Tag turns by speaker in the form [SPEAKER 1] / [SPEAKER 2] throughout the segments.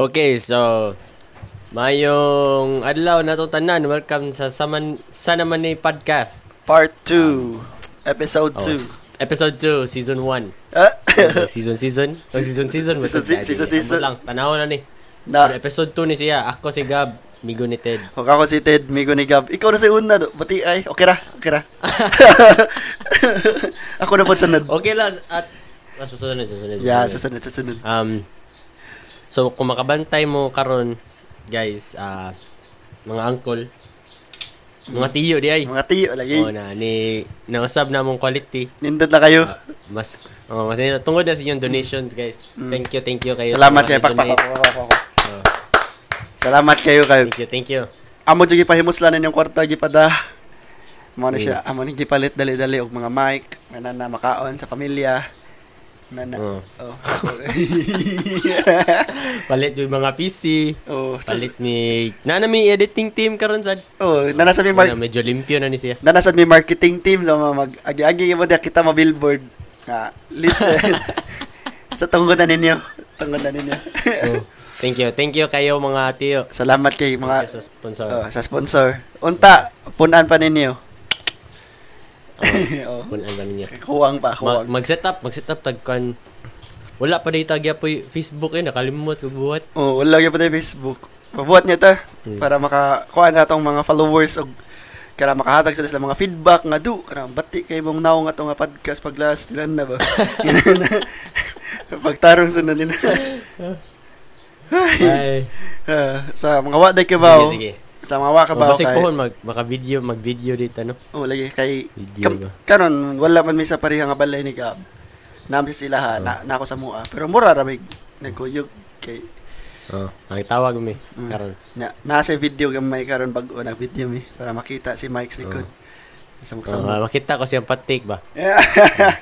[SPEAKER 1] Okay, so mayong adlaw na itong tanan. Welcome sa Saman sa naman ni podcast.
[SPEAKER 2] Part 2. Episode 2.
[SPEAKER 1] Oh, s- episode 2, season 1.
[SPEAKER 2] Ah,
[SPEAKER 1] season season. Oh, season season.
[SPEAKER 2] Season, season, season,
[SPEAKER 1] Ambot
[SPEAKER 2] season. Ah.
[SPEAKER 1] lang, tanaw na ni. Pero
[SPEAKER 2] na,
[SPEAKER 1] episode 2 ni siya. Ako si Gab, migo ni Ted.
[SPEAKER 2] huwag ako si Ted, migo ni Gab. Ikaw na si Una, do. Pati ay, okay ra, okay ra. ako na po sunod.
[SPEAKER 1] Okay lang, at ah, susunod, susunod.
[SPEAKER 2] Yeah,
[SPEAKER 1] susunod.
[SPEAKER 2] susunod, susunod.
[SPEAKER 1] Um, so, kung makabantay mo karon guys, ah, mga uncle, mga tiyo di ay.
[SPEAKER 2] Mga tiyo, lagi.
[SPEAKER 1] Oo na, ni, nausab na mong quality.
[SPEAKER 2] Nindot na kayo.
[SPEAKER 1] Mas, oh, mas nila, tungod na sa inyong donations, guys. Thank you, thank you kayo.
[SPEAKER 2] Mm. Salamat
[SPEAKER 1] sa
[SPEAKER 2] kayo.
[SPEAKER 1] mga
[SPEAKER 2] Pakpak
[SPEAKER 1] nag-donate.
[SPEAKER 2] ako, ako, ako. Salamat kayo kayo.
[SPEAKER 1] Thank you, thank you.
[SPEAKER 2] Amo jud gipahimuslan yung kwarta gipada. Mo na siya, amo ni gipalit dali-dali og mga mic, mana na makaon sa pamilya. Mana.
[SPEAKER 1] Oo.
[SPEAKER 2] Oh.
[SPEAKER 1] Palit yung mga PC.
[SPEAKER 2] oh. sus-
[SPEAKER 1] Palit ni... Na na may editing team karon sad.
[SPEAKER 2] Oh, nana sa mi
[SPEAKER 1] Na
[SPEAKER 2] mar-
[SPEAKER 1] medyo limpyo na ni siya.
[SPEAKER 2] nana sa mi marketing team sa mga mag agi-agi mo dia kita mo billboard. Nga, listen. sa tungod na ninyo. Tungod na ninyo.
[SPEAKER 1] Oh, thank you, thank you kayo mga tiyo.
[SPEAKER 2] Salamat kay
[SPEAKER 1] Thank you
[SPEAKER 2] mga
[SPEAKER 1] sa sponsor.
[SPEAKER 2] oh, sa sponsor. Unta, punan pa ninyo. oh.
[SPEAKER 1] Kunan ba ano ninyo?
[SPEAKER 2] Kuwang pa,
[SPEAKER 1] Mag-
[SPEAKER 2] kuwang.
[SPEAKER 1] mag-set up, mag-set up tagkan. Wala pa dito gyapoy Facebook eh, nakalimot ko buhat.
[SPEAKER 2] Oo, Oh, wala gyud patay Facebook. Mabuhat niya ta
[SPEAKER 1] Hmm.
[SPEAKER 2] para makakuha na tong mga followers og kara makahatag sila sa mga feedback nga do kana bati kay mong naong ato nga podcast pag last ilan na ba. Pagtarong sa na nila.
[SPEAKER 1] Ay.
[SPEAKER 2] Ah, sa mga wa day kabaw.
[SPEAKER 1] Sige, sige.
[SPEAKER 2] Sa mga wa
[SPEAKER 1] Kabaw
[SPEAKER 2] kabaw
[SPEAKER 1] Basig
[SPEAKER 2] kay.
[SPEAKER 1] pohon mag maka-video, mag-video dito no.
[SPEAKER 2] Oo, lagi kay
[SPEAKER 1] Video
[SPEAKER 2] kam,
[SPEAKER 1] ba?
[SPEAKER 2] karon wala man may sa pareha nga balay ni Gab. Naam si sila
[SPEAKER 1] Ah.
[SPEAKER 2] ha, na, na ako sa mua. Pero mura ra may nagkuyog kay Ah.
[SPEAKER 1] Oh, ang tawag mi
[SPEAKER 2] Mm.
[SPEAKER 1] karon.
[SPEAKER 2] Na, nasa video gamay karon bag-o na video mi para makita si Mike sa likod. Sa
[SPEAKER 1] Oh,
[SPEAKER 2] mukha.
[SPEAKER 1] makita ko siyang patik ba.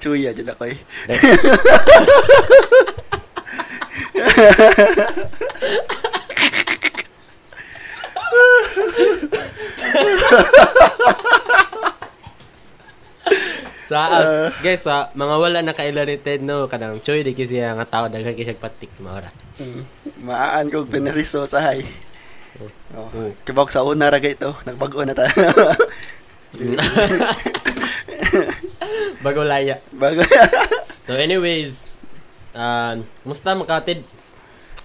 [SPEAKER 2] Chuya jud ako eh.
[SPEAKER 1] Sa as, guys, sa mga wala na ka-illuminated no, kanang choy di kasi nga tao daghan kay siyang patik maura.
[SPEAKER 2] Mm. Maan kog pinariso sa hay. Oh.
[SPEAKER 1] Oh.
[SPEAKER 2] Kibawag sa una ra gay to. Nagbag-o na ta.
[SPEAKER 1] Bago laya.
[SPEAKER 2] Bago.
[SPEAKER 1] So anyways, um, musta makatid?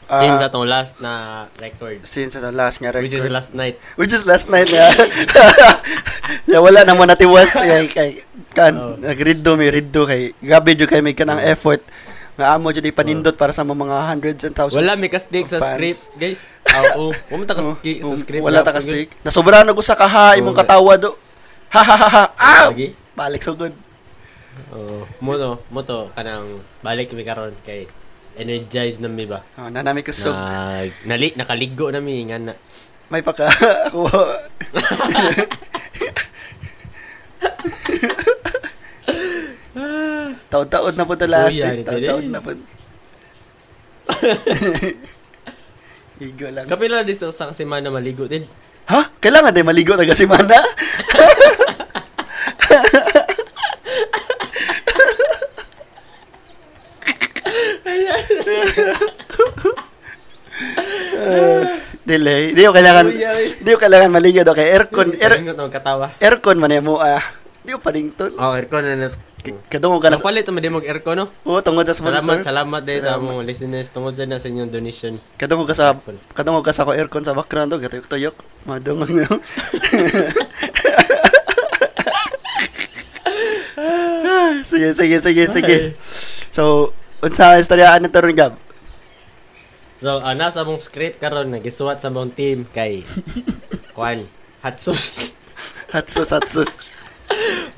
[SPEAKER 1] Since atong last na record.
[SPEAKER 2] Since the last nga record.
[SPEAKER 1] Which is last night.
[SPEAKER 2] Which is last night nga. yeah, wala na mo natiwas kay kay kan
[SPEAKER 1] Oh.
[SPEAKER 2] nagriddo mi riddo kay gabi jud kay may kanang effort nga amo jud ipanindot para sa mga hundreds and thousands.
[SPEAKER 1] Wala may kastig sa
[SPEAKER 2] of Oh, fans.
[SPEAKER 1] script, guys. Oo, oh, pumunta ka sa
[SPEAKER 2] Oh, oh,
[SPEAKER 1] script.
[SPEAKER 2] Wala ta kastig. Nasobra na usa ka ha imong
[SPEAKER 1] Oo.
[SPEAKER 2] katawa do. Ha ha ha ha. Ow!
[SPEAKER 1] Lagi? Oh,
[SPEAKER 2] Balik sugod.
[SPEAKER 1] Oo. Mo to, mo to, kanang balik mi karon kay energize na mi ba?
[SPEAKER 2] Oh, nanami ko sug.
[SPEAKER 1] Na, nali, nakaligo na mi nga na.
[SPEAKER 2] May paka ako. Taon-taon na po the last
[SPEAKER 1] Kuya,
[SPEAKER 2] day.
[SPEAKER 1] ito
[SPEAKER 2] Taon-taon
[SPEAKER 1] rin.
[SPEAKER 2] na po. Igo lang.
[SPEAKER 1] Kapila dis sa semana maligo din.
[SPEAKER 2] ha? Kailangan din maligo na kasi mana? Delay. Di ko kailangan,
[SPEAKER 1] Kuya, eh.
[SPEAKER 2] di ko kailangan maligo do kay aircon. Air,
[SPEAKER 1] Ingat ang katawa.
[SPEAKER 2] aircon man mo ah. Di ko panington.
[SPEAKER 1] Oh, aircon na na.
[SPEAKER 2] Kadungog ka na.
[SPEAKER 1] Napalit naman din mag-aircon, no?
[SPEAKER 2] Oo, tungod sa sponsor.
[SPEAKER 1] Salamat, salamat din sa
[SPEAKER 2] Salamat.
[SPEAKER 1] mga listeners. Tungkol sa na sa inyong donation.
[SPEAKER 2] Kadungog ka sa kadungog ka sa ko aircon sa background og gatuyok tuyok. Madungog na. Ah, sige, sige, sige, sige. So, unsa ang istoryaan nito ron gab?
[SPEAKER 1] So, uh, nasa mong script karon nagisuwat sa mong team kay Juan Hatsos.
[SPEAKER 2] Hatsus, hatsus.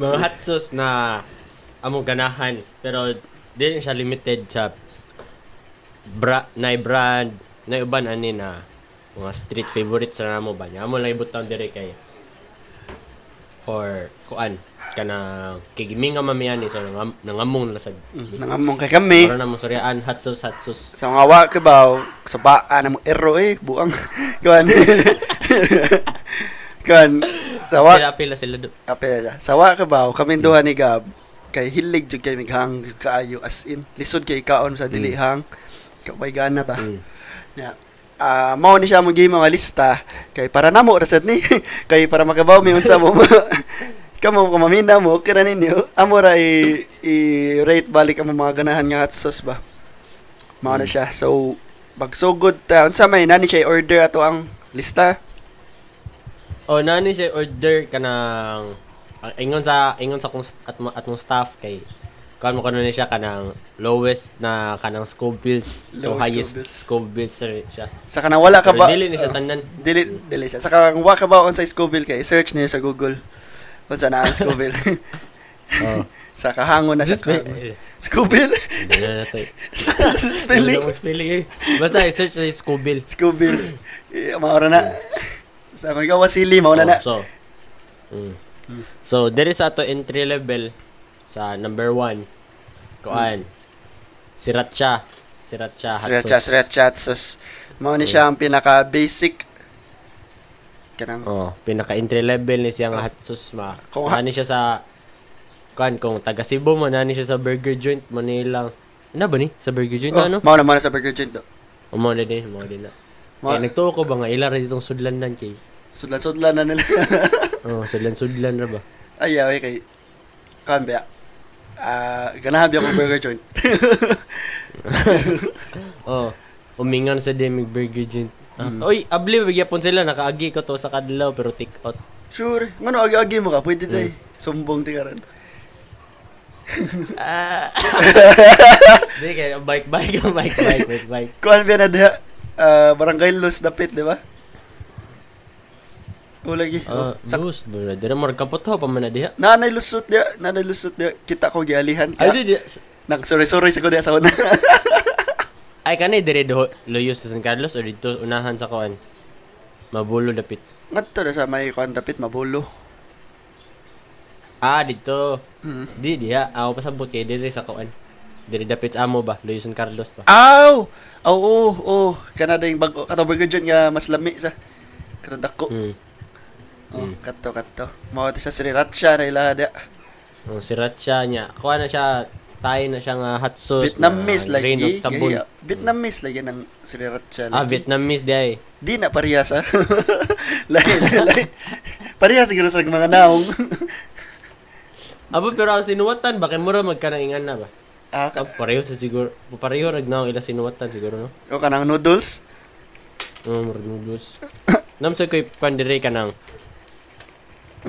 [SPEAKER 1] mga hot sauce na among ganahan pero di rin siya limited sa bra na brand na uban ani na mga street favorite sa namo ba niya amo lang ibutang dire kay for kuan kana kigiming nga mamiyani so nangam, nangamong lasag
[SPEAKER 2] Mm, Nangamong kay kami.
[SPEAKER 1] para na mo suryaan hot sauce hot sauce
[SPEAKER 2] Sa mga wa ka ba, oh, sa baan na mo ero eh, buang. Kuan. Kuan. Sa wa,
[SPEAKER 1] pila pila sila do
[SPEAKER 2] apela sa wa ka ba, kami duha ni Gab, kay hilig jud
[SPEAKER 1] Mm.
[SPEAKER 2] kay mighang kaayo as in. Lisod kay kaon sa dilihang. Kapay gana ba? Yeah. Ah, mao ni siya mong game mga lista kay para namo ra sad ni kay para makabaw mi unsa mo. Kamo ko mamina mo kana ninyo. Amo ra i, i rate balik ang mga ganahan nga hot sauce ba. Mao
[SPEAKER 1] Mm.
[SPEAKER 2] na siya. So pag so good ta unsa may nani siya order ato ang lista.
[SPEAKER 1] O nani siya order ka ng ang ingon sa ingon sa kung at atong staff kay kuan mo kuno ni siya kanang lowest na kanang scope bills to
[SPEAKER 2] Lowest
[SPEAKER 1] highest
[SPEAKER 2] scope bills.
[SPEAKER 1] scope bills sir, siya.
[SPEAKER 2] Sa kana wala ka
[SPEAKER 1] Pero
[SPEAKER 2] ba?
[SPEAKER 1] dili ni siya
[SPEAKER 2] Oh.
[SPEAKER 1] tanan.
[SPEAKER 2] Dili, dili siya. Saka kung wa ka ba on sa Scoville kay search niyo sa Google. Unsa na ang Scoville?
[SPEAKER 1] Oh.
[SPEAKER 2] sa kahangon na
[SPEAKER 1] Just
[SPEAKER 2] siya. Scoville. Scoville?
[SPEAKER 1] Dili na to. eh.
[SPEAKER 2] sa sa spelling?
[SPEAKER 1] spelling. eh. Basta i-search sa scope bill.
[SPEAKER 2] Scoville. Eh, maura na. Sa mga wasili,
[SPEAKER 1] Oh,
[SPEAKER 2] mauna na.
[SPEAKER 1] So, mm. so there is ato entry level sa number one. Kuan. Sriracha. Sriracha. hot
[SPEAKER 2] Sriracha,
[SPEAKER 1] sauce.
[SPEAKER 2] sriracha, hot sauce. Mao ni siya ang pinaka-basic. Kanang,
[SPEAKER 1] Oh, pinaka entry level ni siyang hot sauce ma. Kung
[SPEAKER 2] Kung ha-
[SPEAKER 1] ani siya sa kuan kung taga Cebu mo nani siya sa burger joint Manila. Ano ba ni? Sa burger joint
[SPEAKER 2] oh,
[SPEAKER 1] ano?
[SPEAKER 2] mao na, mao na sa Burger Joint do.
[SPEAKER 1] Umo na din, umo din na.
[SPEAKER 2] Mao-
[SPEAKER 1] Kaya nagtuo ko ba nga ila ra ditong sudlanan kay.
[SPEAKER 2] Sudlan-sudlan na nila.
[SPEAKER 1] Oh, sudlan-sudlan ra ba?
[SPEAKER 2] Ayaw, eh, kay. Kahan ba? Ah, ganahan biya ko Burger Joint.
[SPEAKER 1] Oh, umingan sa Demig Burger Joint. Ah,
[SPEAKER 2] Mm.
[SPEAKER 1] Oy, abli bigyapon sila nakaagi ko to sa kadlaw pero take out.
[SPEAKER 2] Sure. Ngano agi-agi mo ka? Pwede tayo.
[SPEAKER 1] Hmm.
[SPEAKER 2] Sumbong ti karon.
[SPEAKER 1] Di kay bike bike bike bike bike bike.
[SPEAKER 2] Kuan ba na diha? Ah, barangay Los Dapit, di ba? Ulagi.
[SPEAKER 1] Ah,
[SPEAKER 2] Oh, sa
[SPEAKER 1] boost bro. Dira mo kapot ho pa man na diha.
[SPEAKER 2] nanay lusot dia, nanay lusot dia. Kita ko gialihan ka.
[SPEAKER 1] Ay di di-
[SPEAKER 2] Nagsuray-suray sa ko diha sa una.
[SPEAKER 1] Ay kanay dire do Loyos sa San Carlos or dito unahan sa kuan. Mabulo dapit.
[SPEAKER 2] Ngadto na sa may kuan dapit mabulo.
[SPEAKER 1] Ah, dito.
[SPEAKER 2] Mm.
[SPEAKER 1] Di diha. Ako pa sabot kay dire sa kuan. Dire dapit sa amo ba? Loyos San Carlos pa.
[SPEAKER 2] Aw! Aw, oo, oo. Kana ding bago kato bago dyan nga mas lami sa kato dako.
[SPEAKER 1] Mm.
[SPEAKER 2] Oh, kato kato. Mao ta sa sriracha na ilaha dia.
[SPEAKER 1] Oh, sriracha niya. Kuha na siya tayo na siya nga hot sauce. na
[SPEAKER 2] Vietnamese
[SPEAKER 1] grain of
[SPEAKER 2] lagi.
[SPEAKER 1] tabon.
[SPEAKER 2] gaya. Vietnamese lagi ng sriracha.
[SPEAKER 1] Ah,
[SPEAKER 2] lagi.
[SPEAKER 1] Vietnamese di ay.
[SPEAKER 2] Di na parehas ah. lain, lain. Parehas siguro sa mga naong.
[SPEAKER 1] Abo pero ang sinuwatan ba kay mura magkanaingan na ba? Ah,
[SPEAKER 2] ah, ka-
[SPEAKER 1] pareho sa siguro. Pareho rag na ila sinuwatan siguro no.
[SPEAKER 2] o kanang noodles.
[SPEAKER 1] Um, murag noodles. Namsa koy pandire ka nang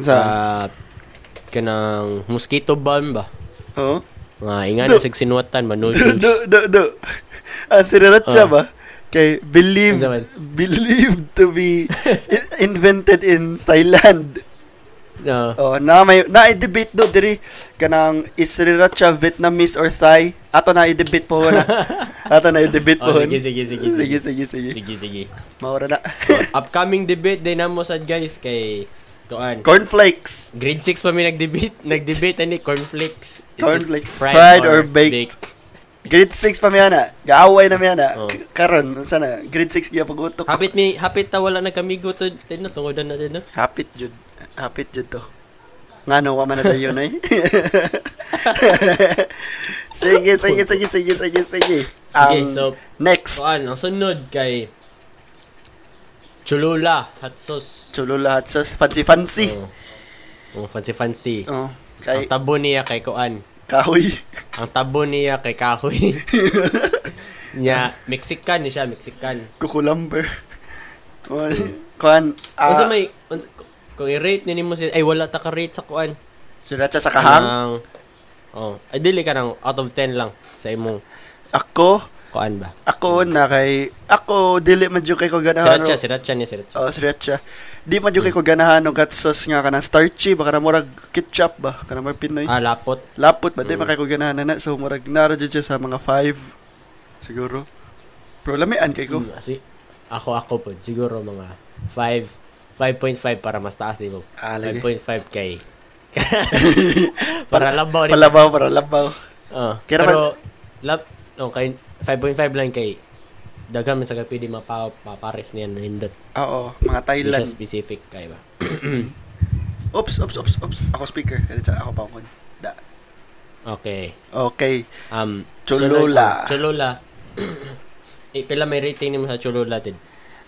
[SPEAKER 2] Sa?
[SPEAKER 1] ah, kanang mosquito balm ba?
[SPEAKER 2] Oo.
[SPEAKER 1] Nga, inga na sig sinuwatan ba
[SPEAKER 2] Do,
[SPEAKER 1] noodles.
[SPEAKER 2] do, do, do. Ah,
[SPEAKER 1] Ah.
[SPEAKER 2] sriracha ba? Kay believed,
[SPEAKER 1] Ano naman?
[SPEAKER 2] believed to be in- invented in Thailand.
[SPEAKER 1] Ah,
[SPEAKER 2] Oh, na may na i-debate do diri kanang is sriracha Vietnamese or Thai. Ato na i-debate po na. Ato na i-debate po.
[SPEAKER 1] oh, sige, sige, sige, sige.
[SPEAKER 2] sige, sige, sige.
[SPEAKER 1] Sige, sige. Oh,
[SPEAKER 2] Maura na.
[SPEAKER 1] Upcoming debate din namo sad guys kay Tuan.
[SPEAKER 2] Cornflakes.
[SPEAKER 1] Grade 6 pa mi nag-debate, nag-debate ani cornflakes. Is it
[SPEAKER 2] Cornflakes. Fried or baked? Grade 6 pa may ana. Gaaway na may ana.
[SPEAKER 1] Oh.
[SPEAKER 2] K- Karon, unsa na? Grade 6 gyud pagutok.
[SPEAKER 1] Hapit mi, hapit ta wala nagkamigo to tin na tungodan natin no.
[SPEAKER 2] Hapit jud. Hapit jud to. Ngano wa man na dayon eh. ay. sige, sige, sige, sige, sige, sige.
[SPEAKER 1] Okay,
[SPEAKER 2] Um,
[SPEAKER 1] so-
[SPEAKER 2] next
[SPEAKER 1] Tuan, ang sunod kay Cholula hot sauce.
[SPEAKER 2] Cholula hot sauce, fancy fancy.
[SPEAKER 1] Oh. Oh, fancy fancy.
[SPEAKER 2] Oh,
[SPEAKER 1] Ang
[SPEAKER 2] kay
[SPEAKER 1] tabo niya kay Kuan.
[SPEAKER 2] kahoy.
[SPEAKER 1] Ang tabo niya kay Kahoy. Nya, Mexican ni siya, Mexican.
[SPEAKER 2] Kukulamber. Oh, Kuan,
[SPEAKER 1] unsa
[SPEAKER 2] ah,
[SPEAKER 1] may unsa, kung i-rate ni mo siya, ay wala ta ka rate sa kuan.
[SPEAKER 2] sriracha sa kahang.
[SPEAKER 1] Nang oh, ay dili ka nang out of 10 lang sa imong
[SPEAKER 2] Ako,
[SPEAKER 1] kuan ba.
[SPEAKER 2] ako na kay ako dili man jud kay ko ganahan.
[SPEAKER 1] Sriracha, sriracha ni sriracha.
[SPEAKER 2] Oh, sriracha. Di man jud kay ko ganahan og hot sauce nga kanang starchy baka na murag ketchup ba kanang mga Pinoy.
[SPEAKER 1] Ah, Mm. lapot.
[SPEAKER 2] Lapot ba di man kay ko ganahan na so murag nara jud siya sa mga 5 siguro. Pero lamian kay ko.
[SPEAKER 1] Mm, Kasi ako ako po siguro mga 5 5.5 para mas taas di ba?
[SPEAKER 2] Ah, lagi.
[SPEAKER 1] 5.5 kay para labaw ni.
[SPEAKER 2] Palabaw para labaw.
[SPEAKER 1] Oh,
[SPEAKER 2] Kaya
[SPEAKER 1] pero lab no kay 5.5 lang kay daghan man sa gapi di mapa papares niyan na hindot.
[SPEAKER 2] Ah, Oo,
[SPEAKER 1] Di
[SPEAKER 2] mga
[SPEAKER 1] siya
[SPEAKER 2] Thailand.
[SPEAKER 1] specific kay ba.
[SPEAKER 2] Oops, oops, oops, oops. Ako speaker. Kaya sa ako pangon. Da.
[SPEAKER 1] Okay.
[SPEAKER 2] Okay.
[SPEAKER 1] Um
[SPEAKER 2] Cholula.
[SPEAKER 1] Cholula. eh, pila may rating nimo sa Cholula tid?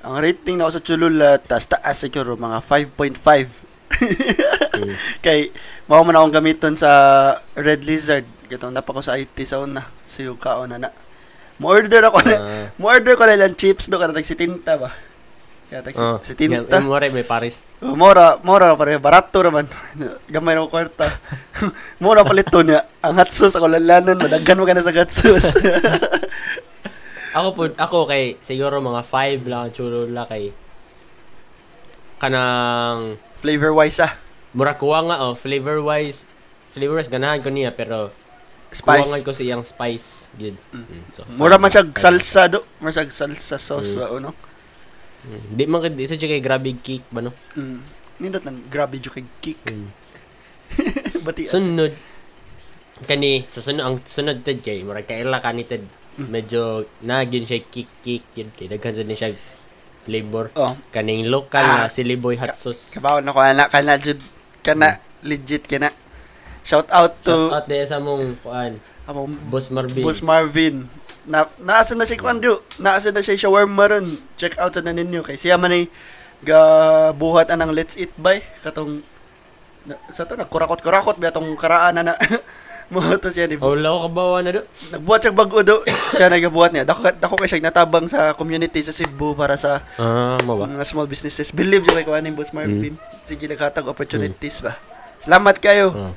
[SPEAKER 2] Ang rating na ako sa Cholula, taas taas siguro, mga 5.5. Kay, mao man akong gamiton sa Red Lizard. Gatong napako sa IT sa una. Sa Yuka na na. Mo-order ako na.
[SPEAKER 1] Ah.
[SPEAKER 2] Mo-order ko na ilang chips do kada si Tinta ba. Kaya tag
[SPEAKER 1] Oh,
[SPEAKER 2] si, si Tinta.
[SPEAKER 1] Yung more may Paris.
[SPEAKER 2] Oh, Mora, mora pare, barato naman. Gamay na ko kwarta. mora palit to niya. Ang hot sauce ako lalanon, madaghan mo ka na sa hot sauce.
[SPEAKER 1] Ako po, ako kay siguro mga 5 lang ang Cholula kay kanang
[SPEAKER 2] Flavor wise ah.
[SPEAKER 1] mura kuha nga oh, flavor wise flavor wise ganahan ko niya pero kuwangan
[SPEAKER 2] Spice.
[SPEAKER 1] ko sa iyang spice gid. Mm, so,
[SPEAKER 2] Mura
[SPEAKER 1] five lang,
[SPEAKER 2] man siyag
[SPEAKER 1] five.
[SPEAKER 2] salsa do. Mura siyag salsa sauce ba uno.
[SPEAKER 1] Mm, Di man kay- di sa kay grabe cake ba no?
[SPEAKER 2] Mm. Nindot lang grabe jo kay kick.
[SPEAKER 1] Mm.
[SPEAKER 2] Bati. ah.
[SPEAKER 1] Sunod kani sa sunod ang sunod tad kay mura kaila kani tad
[SPEAKER 2] Mm.
[SPEAKER 1] medyo nagin siya kick kick gid kay daghan sa ni siya flavor
[SPEAKER 2] oh,
[SPEAKER 1] kaning local
[SPEAKER 2] Ah.
[SPEAKER 1] na sili boy hot sauce.
[SPEAKER 2] kabaw na ko ana kana jud kana legit kana. Shout out
[SPEAKER 1] Shout
[SPEAKER 2] to
[SPEAKER 1] out dahil sa mong kuan,
[SPEAKER 2] among
[SPEAKER 1] Boss Marvin.
[SPEAKER 2] Boss Marvin. Na naasan na siya kung Andrew. Naasan na siya yung shawarma ron. Check out na ninyo kay siya man ay gabuhat anang let's eat by katong na, sa to nagkurakot-kurakot ba tong karaan na eh, na mo to siya di ba?
[SPEAKER 1] Hawla ko kabawa na do.
[SPEAKER 2] Nagbuhat siya bag-o do. Siya nagabuhat niya. Dako dako kay siya natabang sa community sa Cebu para sa
[SPEAKER 1] Ah, mawa.
[SPEAKER 2] mga small businesses. Believe ano yung kay kuan ni Boss Marvin. Sige naghatag opportunities ba. Salamat kayo.
[SPEAKER 1] Ah.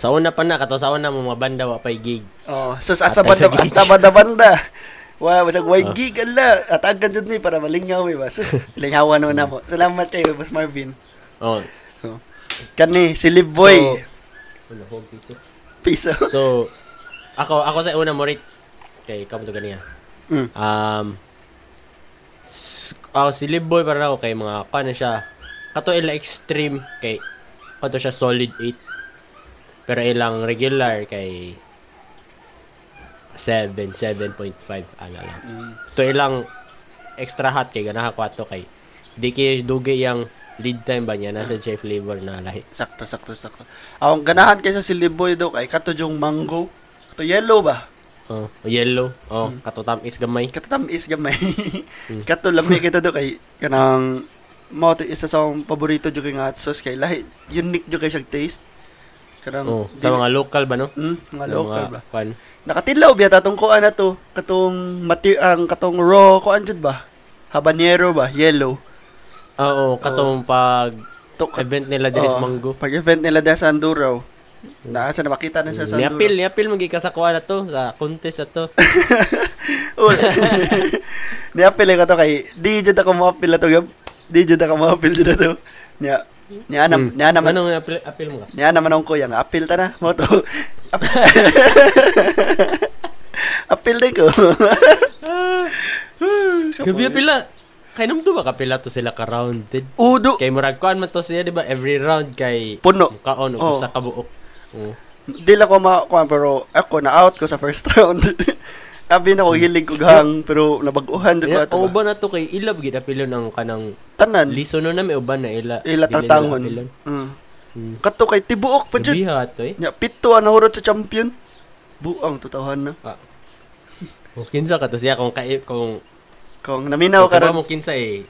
[SPEAKER 1] sa una pa na, kato sa una mo, mga banda wa pay gig.
[SPEAKER 2] Oh, sus asa
[SPEAKER 1] Atay
[SPEAKER 2] banda
[SPEAKER 1] sa
[SPEAKER 2] asa banda banda. Wow, basag way gig ala. Atagan jud ni para malingaw eh ba. Sus, lingawan na mo. Salamat kayo, Boss Marvin.
[SPEAKER 1] Oh.
[SPEAKER 2] Oh. Kani si Live Boy.
[SPEAKER 1] Wala, huwag piso.
[SPEAKER 2] Piso.
[SPEAKER 1] So, ako, ako sa una mo rin. Okay, ikaw mo to ganiya.
[SPEAKER 2] Mm.
[SPEAKER 1] Um, s- ako si Libboy para na ako kay mga, kano siya, kato ila extreme, kay, kato siya solid 8. Pero ilang regular kay 7, 7.5, ala ano lang.
[SPEAKER 2] Mm.
[SPEAKER 1] To ilang extra hot kay ganaha ko ato kay di kay dugi yang lead time ba niya nasa Jay flavor na lahi.
[SPEAKER 2] Sakto, sakto, sakto. Ang ganahan kaysa si Live Boy do kay kato yung mango. Kato yellow ba?
[SPEAKER 1] Oh, yellow. Oh, katutam is gamay.
[SPEAKER 2] Mm. Kato tamis gamay. kato lamig ito do kay kanang mao to isa sa akong paborito jud kay nga hot sauce kay lahi unique jud kay siyang taste. Kanang
[SPEAKER 1] Oh, sa mga local ba no?
[SPEAKER 2] Mm, mga
[SPEAKER 1] Sa
[SPEAKER 2] local
[SPEAKER 1] mga,
[SPEAKER 2] ba.
[SPEAKER 1] Kwan.
[SPEAKER 2] Nakatilaw biya tatong kuan na to. Katong mati ang katong raw kuan jud ba? Habanero ba? Yellow.
[SPEAKER 1] Ah, Oo, katong pag
[SPEAKER 2] To, kat-
[SPEAKER 1] event nila diri sa
[SPEAKER 2] Oo.
[SPEAKER 1] Manggo.
[SPEAKER 2] Pag event nila dahil sa Anduraw. Naasa na makita na siya sa
[SPEAKER 1] Niapil,
[SPEAKER 2] Anduraw.
[SPEAKER 1] niapil magi ka sa kuha na to, sa contest na to.
[SPEAKER 2] Ul- Niapil eh ko to kay di jud ako maapil na to. gab. Di jud ako maapil jud na to. Niya niya nam niya Ano naman
[SPEAKER 1] Anong apil, apil mo ka?
[SPEAKER 2] Niya naman ang kuya nga, apil ta na, mo to. Ap- apil din ko.
[SPEAKER 1] Gabi apila. Kay nam to ba kapila to sila ka rounded.
[SPEAKER 2] Udo.
[SPEAKER 1] Kay murag kuan man to siya di ba every round kay
[SPEAKER 2] Puno.
[SPEAKER 1] Kaon
[SPEAKER 2] Oo.
[SPEAKER 1] o sa kabuok. Oo.
[SPEAKER 2] Di lang ko makakuha, pero ako na-out ko sa first round. Abi na ko, hilig ko gang, pero nabaguhan din ko
[SPEAKER 1] Kaya,
[SPEAKER 2] ato.
[SPEAKER 1] ang
[SPEAKER 2] ba.
[SPEAKER 1] uban na to kay ilab gid apilon ang kanang
[SPEAKER 2] Tanan,
[SPEAKER 1] lisono na may uban na ila.
[SPEAKER 2] ila
[SPEAKER 1] dili nila
[SPEAKER 2] tatangon.
[SPEAKER 1] apilon.
[SPEAKER 2] Mm.
[SPEAKER 1] Mm.
[SPEAKER 2] Kato kay tibuok pa jud.
[SPEAKER 1] Biha to eh.
[SPEAKER 2] Nya pito ang nahurot sa champion. Buang tutahan na.
[SPEAKER 1] Ah. O, kinsa ka to siya kung kaip kung
[SPEAKER 2] Kung naminaw Ano ka
[SPEAKER 1] kung
[SPEAKER 2] ron, Mm.
[SPEAKER 1] mo kinsa eh.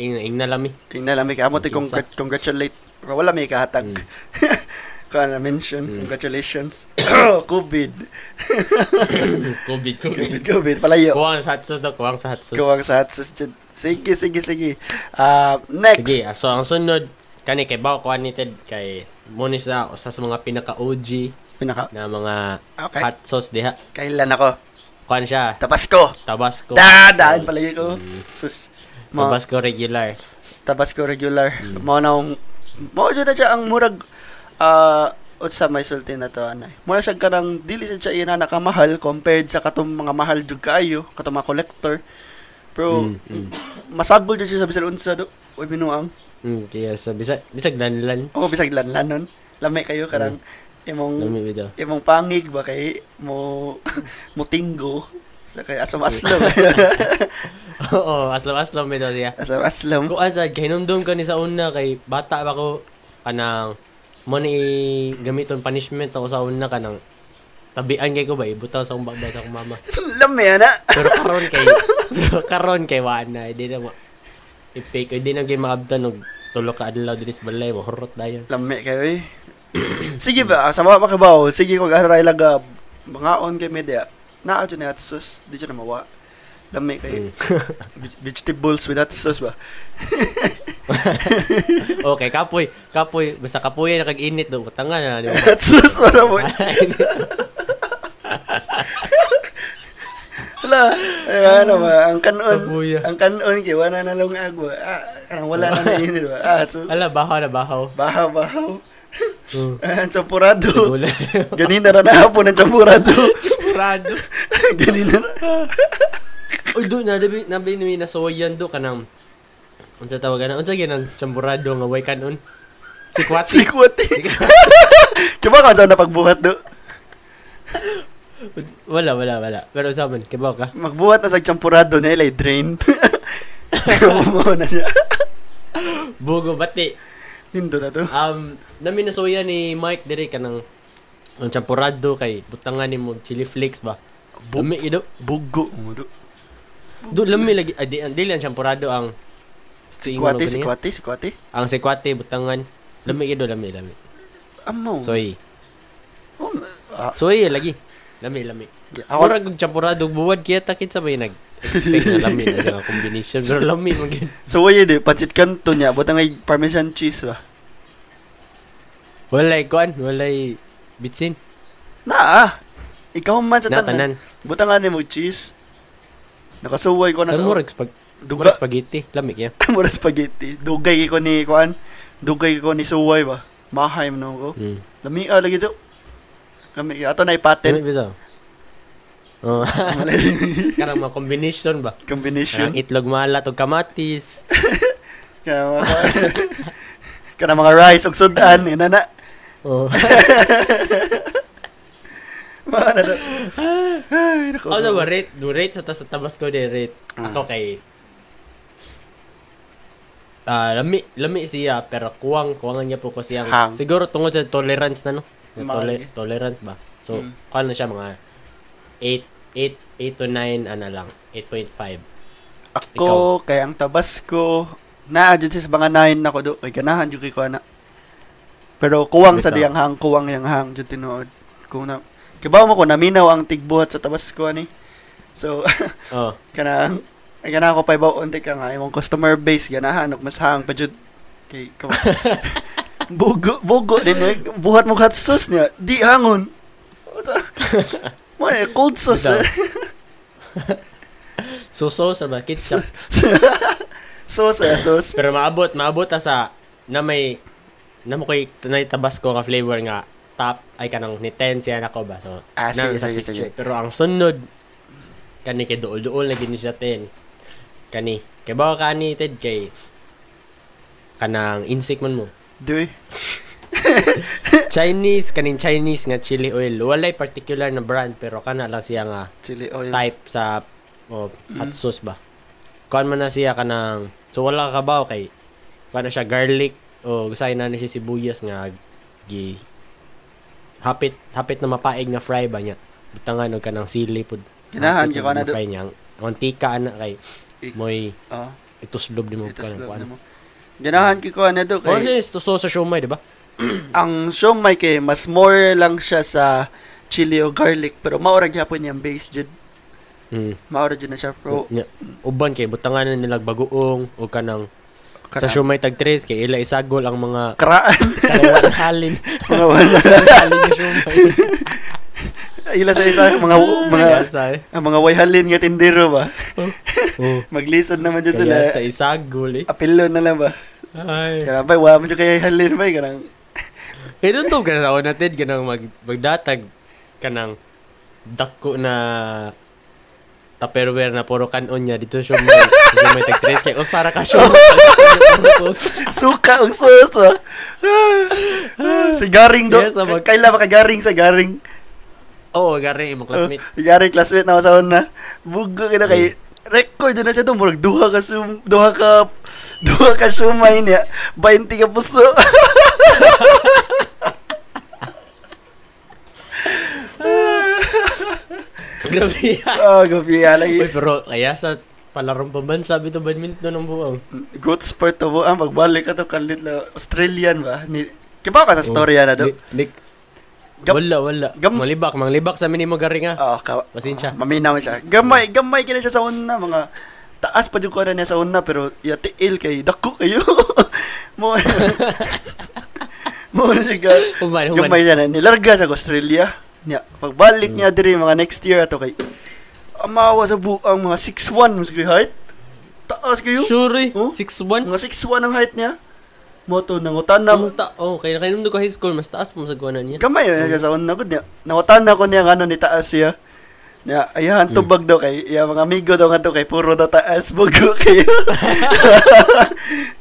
[SPEAKER 1] Ing ing nalami.
[SPEAKER 2] tingnan lang may kaamo ti congrat- congratulate. Wala may kahatag.
[SPEAKER 1] Mm.
[SPEAKER 2] Kaya na mention, congratulations. COVID.
[SPEAKER 1] COVID COVID.
[SPEAKER 2] COVID, COVID, palayo.
[SPEAKER 1] Kuwang sa hot sauce daw, kuwang sa hot sauce.
[SPEAKER 2] Kuwang sa hot sauce jud. Sige, sige, sige. Ah, next.
[SPEAKER 1] Sige, ah, so ang sunod kani kay Bao kuan ni Ted kay Moni sa usa sa mga pinaka OG
[SPEAKER 2] Pinaka,
[SPEAKER 1] na mga
[SPEAKER 2] Okay.
[SPEAKER 1] hot sauce diha.
[SPEAKER 2] kailan ako?
[SPEAKER 1] Kuan siya,
[SPEAKER 2] Tabasco.
[SPEAKER 1] Tabasco.
[SPEAKER 2] Dadaan pala yun ko.
[SPEAKER 1] Mm.
[SPEAKER 2] Sus. Ma-
[SPEAKER 1] Tabasco regular.
[SPEAKER 2] Tabasco regular. Mao na ang... Mao dyan na siya ang murag... ah utsa may sulti na to anay. Mura siya ka ng dili siya siya ina nakamahal compared sa katong mga mahal jud kaayo, katong mga collector. Pero masagol jud siya sa bisan unsa do. Uy binuang.
[SPEAKER 1] Mm, kaya sa bisag bisag lanlan.
[SPEAKER 2] Ako bisag lanlanon. Lamay kayo karang imong
[SPEAKER 1] Lami bitaw.
[SPEAKER 2] imong pangig ba kay mo mo tinggo sa kay asam aslam.
[SPEAKER 1] Oo, atlom atlom bitaw siya.
[SPEAKER 2] asam aslam.
[SPEAKER 1] Kuan sa gihinumdum ka ni sa una kay bata pa ko kanang mo ni gamiton punishment ako sa una kanang tabian kay ko ba ibutaw sa akong babay sa akong mama.
[SPEAKER 2] Lami ana.
[SPEAKER 1] Pero karon kay pero karon kay wala di na mo ipik eh, di na gyud maabdan og tulo ka adlaw dinis balay mo hurot dayon.
[SPEAKER 2] Lami kayo eh. Sige ba, sa mga makabaw, sige kung araray lang ah, mga on kay media, naa dyan na at sauce, di dyan na mawa. Lami kayo. Veg- Vegetables with hot sauce ba?
[SPEAKER 1] Okay, kapoy, kapoy, basta kapoy na kag-init do utanga na di ba?
[SPEAKER 2] Hot sauce para mo. Wala. Ay, ano ba? Ang kanon.
[SPEAKER 1] Babuya.
[SPEAKER 2] Ang kanon kay wala na lang agwa. Ah, karang wala na na yun, di ba? Ah, so,
[SPEAKER 1] Ala bahaw na bahaw.
[SPEAKER 2] bahaw, bahaw.
[SPEAKER 1] Mm.
[SPEAKER 2] Ah, champurado.
[SPEAKER 1] Wala.
[SPEAKER 2] Ganina na nahapon ang champurado.
[SPEAKER 1] Prado.
[SPEAKER 2] Ganina na.
[SPEAKER 1] Uy, do, nabi, nabi nimi na soyan do ka ng... Unsa tawag na? Unsa ginang chamburado nga way kanon? Sikwati.
[SPEAKER 2] Sikwati. Diba ka sa napagbuhat do?
[SPEAKER 1] wala, wala, wala. Pero sa man, kibaw ka.
[SPEAKER 2] Magbuhat na sa champurado na ilay drain. Kumuha na siya.
[SPEAKER 1] Bugo, bati.
[SPEAKER 2] Nindo na to.
[SPEAKER 1] Um, nami na soya ni Mike diri ka ng... Ang chamburado kay butangan ni mo chili flakes ba?
[SPEAKER 2] Bu-
[SPEAKER 1] Lami, ido.
[SPEAKER 2] Bugo. mo, do.
[SPEAKER 1] Do, lami lagi. ah, di dili ang chamburado ang... siingon
[SPEAKER 2] Sikwati,
[SPEAKER 1] ba niya?
[SPEAKER 2] sikwati, sikwati.
[SPEAKER 1] Ang sikwati, butangan. Lami, ido, lami, lami.
[SPEAKER 2] Amo.
[SPEAKER 1] Soy.
[SPEAKER 2] Oh, ah,
[SPEAKER 1] Soy, lagi. Lami, lami.
[SPEAKER 2] ako-
[SPEAKER 1] Murag og champurado buwad kaya takit sa may nag expect na lami na siya nga combination pero lami man gyud.
[SPEAKER 2] So wala di pancit kanto niya butang ay parmesan cheese ba.
[SPEAKER 1] Walay kuan, walay bitsin.
[SPEAKER 2] Na ah. Ikaw man sa tanan.
[SPEAKER 1] Natanan.
[SPEAKER 2] Butang ani mo cheese. Nakasuway ko na Ano sa
[SPEAKER 1] Ang murag spag
[SPEAKER 2] duga
[SPEAKER 1] murag spaghetti, lami kaya.
[SPEAKER 2] mura spaghetti. Dugay ko ni kuan. Dugay ko ni suway ba. Mahay no ko.
[SPEAKER 1] Mm.
[SPEAKER 2] Lami ah lagi to. Lami ato na
[SPEAKER 1] Lami
[SPEAKER 2] ipatent.
[SPEAKER 1] bitaw. Oh,
[SPEAKER 2] Malay-
[SPEAKER 1] karang mga combination ba?
[SPEAKER 2] Combination.
[SPEAKER 1] Karang itlog maalat og kamatis.
[SPEAKER 2] Kaya mga kana mga rice ug sudan ina na.
[SPEAKER 1] Oh.
[SPEAKER 2] Mga na na. Ay, nako.
[SPEAKER 1] Ako na Ano ba rate, do rate sa tas sa tabas ko din rate. Ako kay Ah, lami lami siya pero kuwang kuwangan niya po ko siyang
[SPEAKER 2] Hang.
[SPEAKER 1] siguro tungod sa tolerance na no. Na
[SPEAKER 2] Mga-
[SPEAKER 1] tole- tolerance ba. So, kuwan na siya mga 8 8 8 to 9 ano lang, 8.5.
[SPEAKER 2] Ako, kay ang tabas ko, naa dyan siya sa mga nine na ko do. Kay ganahan dyan kay ko na. Pero kuwang sa
[SPEAKER 1] Bitaw.
[SPEAKER 2] diyang hang, kuwang yang hang dyan tinuod. Kung na, kibaw mo ko, naminaw ang tigbuhat sa tabas ko ani. So,
[SPEAKER 1] Oh.
[SPEAKER 2] kanang, ay ganahan ko pa ibaw unti ka nga, imong customer base, ganahan, og mas hang pa dyan. Kay, ko. bugo, bugo din eh. Buhat mo hot sauce niya, di hangon. Mo eh, cold sauce.
[SPEAKER 1] Bitaw.
[SPEAKER 2] eh.
[SPEAKER 1] Suso sa ba ketchup.
[SPEAKER 2] sauce, eh, sauce.
[SPEAKER 1] Pero maabot, maabot ta sa na may na mo kay na tabas ko nga flavor nga top ay kanang ni 10 siya nako ba. So,
[SPEAKER 2] Ah,
[SPEAKER 1] na
[SPEAKER 2] sige,
[SPEAKER 1] sa
[SPEAKER 2] sige,
[SPEAKER 1] picture.
[SPEAKER 2] sige.
[SPEAKER 1] Pero ang sunod kani kay duol-duol na gini siya 10. Kani kay bawa kani ted kay kanang insik man mo.
[SPEAKER 2] Dui. Eh!
[SPEAKER 1] Chinese kaning Chinese nga chili oil. Walay particular na brand pero kana lang siya nga
[SPEAKER 2] Chili oil.
[SPEAKER 1] type sa oh, hot sauce ba. Kuan man na siya kanang so wala ka ba kay kuan na siya garlic o gusay na na siya sibuyas nga gi hapit hapit na mapaig na fry ba niya. Butangan og kanang sili pud.
[SPEAKER 2] Ginahan,
[SPEAKER 1] Hapit
[SPEAKER 2] gyud ka na
[SPEAKER 1] na fry niya. Ang mantika ana kay
[SPEAKER 2] Ik-
[SPEAKER 1] moy
[SPEAKER 2] Oh,
[SPEAKER 1] ituslob nimo
[SPEAKER 2] ito
[SPEAKER 1] kanang
[SPEAKER 2] slob
[SPEAKER 1] kuan.
[SPEAKER 2] na mo. Ganahan ko ko na do
[SPEAKER 1] Or
[SPEAKER 2] kay
[SPEAKER 1] is to so sa siomay, di ba?
[SPEAKER 2] ang siomay kay mas more lang siya sa chili o garlic pero maura gyapon niyang base jud.
[SPEAKER 1] Mm.
[SPEAKER 2] Maura jud na siya pro.
[SPEAKER 1] Nya- Uban kay butangan na nila bagoong o kanang sa
[SPEAKER 2] Kara-
[SPEAKER 1] siomay tag tres kay ila isagol ang mga
[SPEAKER 2] Karaan.
[SPEAKER 1] kalawang halin.
[SPEAKER 2] mga wala.
[SPEAKER 1] Halin na siomay.
[SPEAKER 2] Ila sa isa mga
[SPEAKER 1] Ah,
[SPEAKER 2] mga ang mga wayhalin nga tindero ba.
[SPEAKER 1] Oh.
[SPEAKER 2] Maglisod naman jud
[SPEAKER 1] Kaya sa
[SPEAKER 2] sila.
[SPEAKER 1] isagol eh.
[SPEAKER 2] Apilo na lang ba.
[SPEAKER 1] Ay.
[SPEAKER 2] Kaya ba wa man jud kay halin ba kanang
[SPEAKER 1] Eh, doon to, ganaw natin, ganang mag, magdatag ka ng dako na tupperware na puro kanon niya dito siya may siya may tag tres kay usara ka siya puro sus
[SPEAKER 2] suka ang sauce ba. Ah, si garing do.
[SPEAKER 1] Yes, abag-
[SPEAKER 2] Kailan ba ka garing sa garing?
[SPEAKER 1] oo gari imong classmate Hmm.
[SPEAKER 2] Oh, yari classmate na sa na. Bugo kita kay record na siya to murag duha ka sum duha ka duha ka sumay niya 20 ka puso.
[SPEAKER 1] Grabe.
[SPEAKER 2] Oh, gabiya
[SPEAKER 1] Uy,
[SPEAKER 2] lagi.
[SPEAKER 1] pero kaya sa palarong pambansa bito badminton ang buong.
[SPEAKER 2] Good sport to mo. Ah, magbalik ka to kalit na Australian ba? Ni Kiba ka sa
[SPEAKER 1] Oh,
[SPEAKER 2] storya na do.
[SPEAKER 1] Li- lik-
[SPEAKER 2] Gam-
[SPEAKER 1] wala, wala.
[SPEAKER 2] gam-
[SPEAKER 1] Manglibak, manglibak sa minimo garing ah.
[SPEAKER 2] Oh, ka
[SPEAKER 1] Pasensya.
[SPEAKER 2] maminaw siya. Gamay, gamay kina siya sa una mga taas pa jud ko na niya sa una pero ya tiil kay dako kayo. mo Mo na siya ka.
[SPEAKER 1] Human, human.
[SPEAKER 2] Gamay siya na nilarga sa Australia. Niya pagbalik niya diri mga next year ato kay amawa sa buang mga 6'1 mas kay height. Taas kayo.
[SPEAKER 1] Sure, eh.
[SPEAKER 2] Oh?
[SPEAKER 1] 6'1.
[SPEAKER 2] Mga 6'1 ang height niya. Moto nangutan na
[SPEAKER 1] Kamusta? Oh, kaya kainom ko high school, mas taas pa sa kuwanan niya.
[SPEAKER 2] Gamay eh, na siya sa una ko niya. Nawatan na ko niya nga ano ni taas siya. Na ayahan tubag daw kay iya mga amigo daw nga daw kay puro daw taas bugo kayo.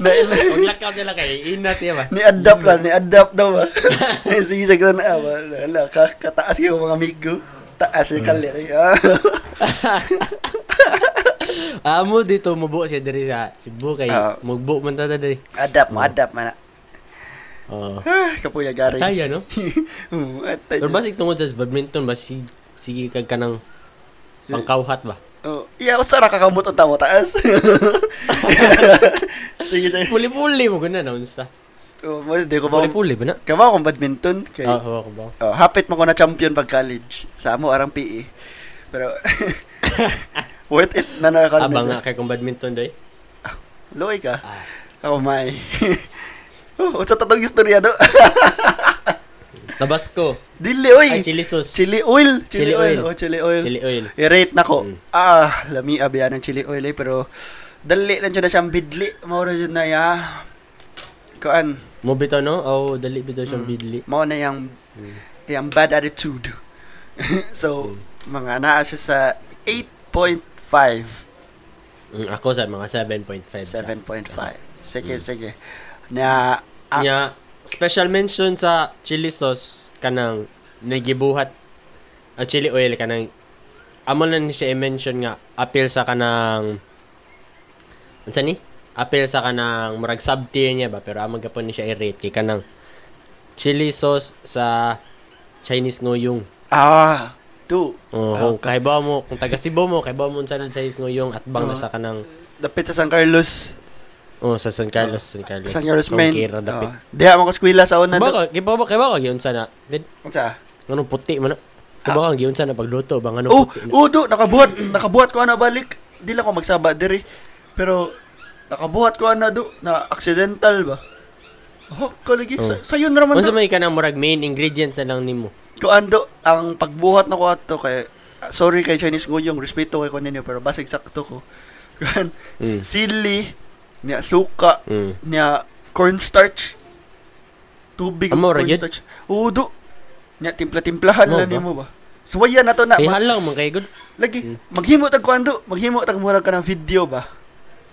[SPEAKER 2] na
[SPEAKER 1] Maglakaw sila kay ina siya ba?
[SPEAKER 2] ni adapt lang, ni adapt daw ba. Sige sa ganun ah, wala, wala, ka- kataas kayo mga amigo. Taas yung kalir. ah.
[SPEAKER 1] Amo dito mubo siya diri sa Cebu kay
[SPEAKER 2] Ah.
[SPEAKER 1] mugbo man ta diri.
[SPEAKER 2] adapt mo, adapt man.
[SPEAKER 1] Oo.
[SPEAKER 2] Ah, kapuya gari.
[SPEAKER 1] Kaya no?
[SPEAKER 2] Hmm, atay
[SPEAKER 1] Pero
[SPEAKER 2] dyan.
[SPEAKER 1] basig tungod sa badminton ba si sige kag kanang pangkawhat ba?
[SPEAKER 2] Oh, iya, usara kakamot ang tamo taas. sige, sige.
[SPEAKER 1] Puli-puli mo guna na unsa.
[SPEAKER 2] Oh, mo, di ko ba
[SPEAKER 1] Puli-puli ba na?
[SPEAKER 2] Kama akong badminton kay
[SPEAKER 1] Ah, hawak ko ba?
[SPEAKER 2] oh, hapit mo ko na champion pag college. Sa amo arang PE. Pero worth it na na ako
[SPEAKER 1] Abang
[SPEAKER 2] na.
[SPEAKER 1] nga kay kung badminton day.
[SPEAKER 2] Loy ka.
[SPEAKER 1] Ah.
[SPEAKER 2] Ako may. oh, sa tatong istorya do.
[SPEAKER 1] Tabasco.
[SPEAKER 2] Dili oy.
[SPEAKER 1] Ay,
[SPEAKER 2] chili,
[SPEAKER 1] chili sauce.
[SPEAKER 2] oil, chili,
[SPEAKER 1] Chili
[SPEAKER 2] oil.
[SPEAKER 1] oil.
[SPEAKER 2] Oh, chili oil.
[SPEAKER 1] Chili Mm. oil.
[SPEAKER 2] I-rate na ko. Ah, lami abiya ng chili oil eh, pero dali lang siya na siyang bidli. Maura yun na ya. Kuan,
[SPEAKER 1] Mo bitaw no? Oh, dali bitaw
[SPEAKER 2] Mm.
[SPEAKER 1] siyang bidli.
[SPEAKER 2] mao na yung yung bad attitude.
[SPEAKER 1] Hmm.
[SPEAKER 2] so, mga naa siya sa 8.5.
[SPEAKER 1] Mm, ako sa mga 7.5 sa.
[SPEAKER 2] 7.5. Sige,
[SPEAKER 1] Hmm.
[SPEAKER 2] sige. Na, ah,
[SPEAKER 1] Nya, special mention sa chili sauce kanang nagibuhat ang chili oil kanang amo na ni siya i-mention nga appeal sa kanang unsa ni? Appeal sa kanang murag sub tier niya ba pero amo gapon ni siya i-rate kay kanang chili sauce sa Chinese ngoyong.
[SPEAKER 2] ah, two.
[SPEAKER 1] Oh, kung kahibaw mo, kung taga Cebu mo, kahibaw mo unsa ng Chinese ngoyong at bang
[SPEAKER 2] Ah.
[SPEAKER 1] nasa kanang
[SPEAKER 2] Dapit sa San Carlos.
[SPEAKER 1] oh sa San Carlos, San Carlos.
[SPEAKER 2] San Carlos
[SPEAKER 1] Tong
[SPEAKER 2] main.
[SPEAKER 1] Kira dapit.
[SPEAKER 2] Oh. Diha mo ko skwila sa una. do-
[SPEAKER 1] Baka, kibaw ba, kibaw ka yun sana. Did,
[SPEAKER 2] Unsa?
[SPEAKER 1] Ano puti man. Diba ah. kang giyon sana pagluto bang ano
[SPEAKER 2] Oh,
[SPEAKER 1] puti na.
[SPEAKER 2] oh, do, nakabuhat. nakabuhat ko na balik. Di lang ko magsaba diri. Pero, nakabuhat ko na do. Na accidental ba? Oh, kaligi. Sa, sayo na naman
[SPEAKER 1] Unsa
[SPEAKER 2] do.
[SPEAKER 1] may ka ng murag main ingredients na lang nimo?
[SPEAKER 2] Kuan do, ang pagbuhat na ko ato kay sorry kay Chinese Nguyong, respeto kay ko ninyo pero basig sakto ko. Kuan sili, niya suka,
[SPEAKER 1] Mm.
[SPEAKER 2] niya cornstarch, tubig
[SPEAKER 1] Amo,
[SPEAKER 2] ug
[SPEAKER 1] Rajid?
[SPEAKER 2] cornstarch. Oo do. Niya timpla-timplahan
[SPEAKER 1] Amo
[SPEAKER 2] lang
[SPEAKER 1] ba?
[SPEAKER 2] nimo ba? Suwayan na to na.
[SPEAKER 1] Kay Mm.
[SPEAKER 2] Ah, Ma-
[SPEAKER 1] halang man kay good.
[SPEAKER 2] lagi maghimo tag kuan do, maghimo tag murag ka ng video ba.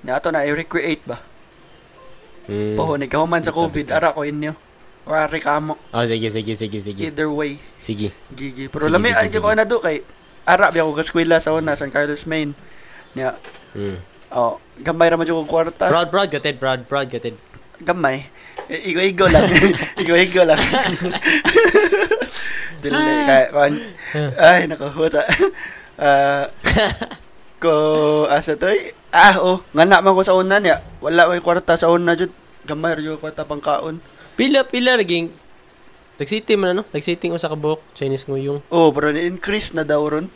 [SPEAKER 2] Niya ato na i-recreate ba.
[SPEAKER 1] Mm.
[SPEAKER 2] Pahon ikaw man sa COVID, ara ko inyo. Or ari kamo,
[SPEAKER 1] Oh, sige sige sige sige.
[SPEAKER 2] either way.
[SPEAKER 1] Sige.
[SPEAKER 2] Gigi. Pero
[SPEAKER 1] Sige,
[SPEAKER 2] lami
[SPEAKER 1] sige,
[SPEAKER 2] ang
[SPEAKER 1] sige.
[SPEAKER 2] ko na do kay ara biya ko gaskwela sa una San Carlos Main. Nya.
[SPEAKER 1] Mm.
[SPEAKER 2] Oh, gamay ra man jud ko kwarta.
[SPEAKER 1] Proud proud ka Ted, proud proud ka Ted.
[SPEAKER 2] Gamay. I- Igo-igo lang. Igo-igo lang. Dili kay kon. Ay nako huta. Ah ko asa toy. Ah oh, ngana man ko sa una niya. Wala way kwarta sa una jud. Gamay ra jud ko kwarta pang kaon.
[SPEAKER 1] Pila pila naging Tag City man ano? Tag City usa ka buhok Chinese nguyong.
[SPEAKER 2] Oh, pero ni-increase na daw ron.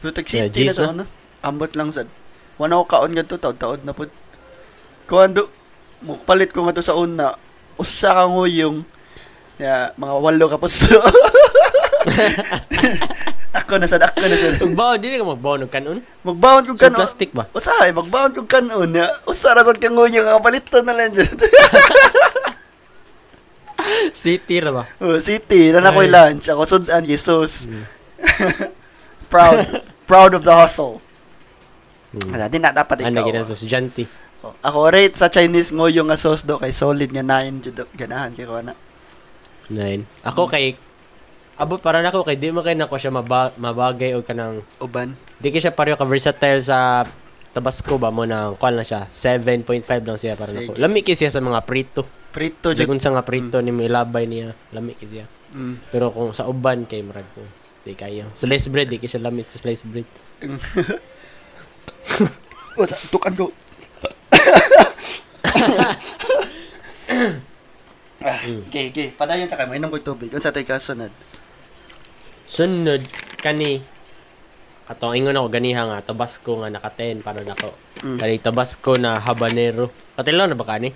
[SPEAKER 2] Pero tag
[SPEAKER 1] Yeah,
[SPEAKER 2] city na
[SPEAKER 1] G's
[SPEAKER 2] sa ano. Ambot lang sad. Wala ko kaon nga to, taod-taod na po. Kuando, palit ko nga to sa una. Usa ka ngo yung ya, mga walo ka puso. ako na sad, ako na sad.
[SPEAKER 1] Ugbaw dili ka magbaw ng kanon.
[SPEAKER 2] Magbaon kong
[SPEAKER 1] Sa
[SPEAKER 2] kanon.
[SPEAKER 1] plastic ba?
[SPEAKER 2] Usahay, magbaon kong kanon. ya. Usa ra sad ka ngo yung kapalitan na lang dyan.
[SPEAKER 1] City ra ba?
[SPEAKER 2] Oh, city, na ako'y lunch. Ako sudan, Jesus.
[SPEAKER 1] Mm.
[SPEAKER 2] proud. proud of the hustle.
[SPEAKER 1] Mm.
[SPEAKER 2] Wala, di na dapat
[SPEAKER 1] Ana
[SPEAKER 2] ikaw.
[SPEAKER 1] gina sa Janti.
[SPEAKER 2] Oh, Ako rate sa Chinese ngoyong nga sauce do kay solid nga 9 jud do. ganahan kay ko na.
[SPEAKER 1] Nine. Ako kay Abot para nako kay di man kay nako siya maba- mabagay o kanang
[SPEAKER 2] Uban.
[SPEAKER 1] Di kasi siya pareho ka versatile sa Tabasco ba mo na kuan lang siya. 7.5 lang siya para
[SPEAKER 2] Sige.
[SPEAKER 1] nako. Lami kasi siya sa mga prito.
[SPEAKER 2] Prito
[SPEAKER 1] Di
[SPEAKER 2] jud.
[SPEAKER 1] kung sa nga prito ni mo ilabay niya, lami kasi siya.
[SPEAKER 2] Mm.
[SPEAKER 1] Pero kung sa uban kay murag ko. Di di kayo. Slice bread, di kayo siya lamit sa slice bread.
[SPEAKER 2] O, Oh, sa- tukan ko. Ah,
[SPEAKER 1] Mm.
[SPEAKER 2] okay, okay. Padayon sa kayo. Mainom ko tubig. Ano sa tayo kasunod?
[SPEAKER 1] Sunod, kani, katong ingon ako ganiha nga, tabasco nga naka-10, para nako.
[SPEAKER 2] Mm.
[SPEAKER 1] Kani tabasco na habanero. Katilaw na ba kani?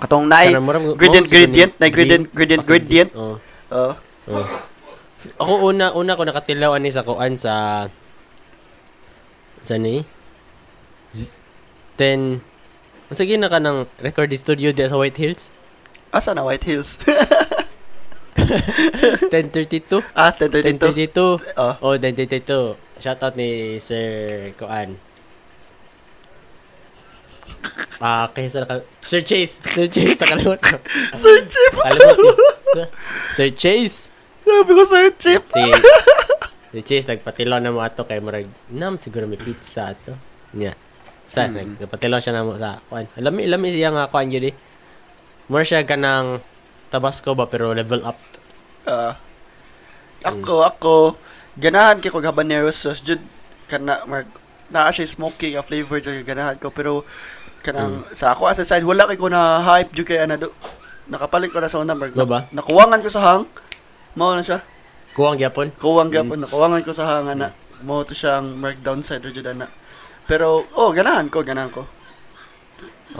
[SPEAKER 2] Katong naay
[SPEAKER 1] Kanang murag- mao
[SPEAKER 2] gradient,
[SPEAKER 1] sa
[SPEAKER 2] gradient,
[SPEAKER 1] ganun.
[SPEAKER 2] na gradient, gradient, gradient.
[SPEAKER 1] Oo.
[SPEAKER 2] Oh.
[SPEAKER 1] oo. Ako una, una ko nakatilaw ani sa kuan sa, sa ni, Z- 10, ang sige na ka ng record studio di sa White Hills,
[SPEAKER 2] Asa na White Hills?
[SPEAKER 1] 1032.
[SPEAKER 2] ah, 1032.
[SPEAKER 1] 1032.
[SPEAKER 2] Oh.
[SPEAKER 1] Oh, 1032. Shoutout ni Sir Kuan. Ah, kay Sir Kal- Sir Chase. Sir Chase, nakalimot ko.
[SPEAKER 2] Sir Chip!
[SPEAKER 1] Nakalimot ko. Sir Chase.
[SPEAKER 2] Sabi ko Sir Chip!
[SPEAKER 1] Si Si Chase nagpatilaw na mo ato kay murag nam siguro may pizza ato. Nya. Sa nagpatilaw siya na mo sa kuan. Lami lami siya nga kuan gyud. eh. Mura siya kanang Tabasco ba pero level up.
[SPEAKER 2] Ah.
[SPEAKER 1] Hmm.
[SPEAKER 2] ako, ako, ganahan kay kog habanero sauce. Jud, kana, mag, naa siya smoky nga flavor jud ganahan ko. Pero, kanang,
[SPEAKER 1] Hmm.
[SPEAKER 2] sa ako as a side, wala kay ko na hype jud kay ano do. Nakapalit ko na sa una, mag,
[SPEAKER 1] Ba ba?
[SPEAKER 2] nakuwangan ko sa hang. Mao na siya.
[SPEAKER 1] Kuwang gyapon.
[SPEAKER 2] Kuwang gapon,
[SPEAKER 1] Hmm.
[SPEAKER 2] nakuwangan ko sa hang, ana. Mao to siyang mark downside jud ana. Pero, oh, ganahan ko, ganahan ko.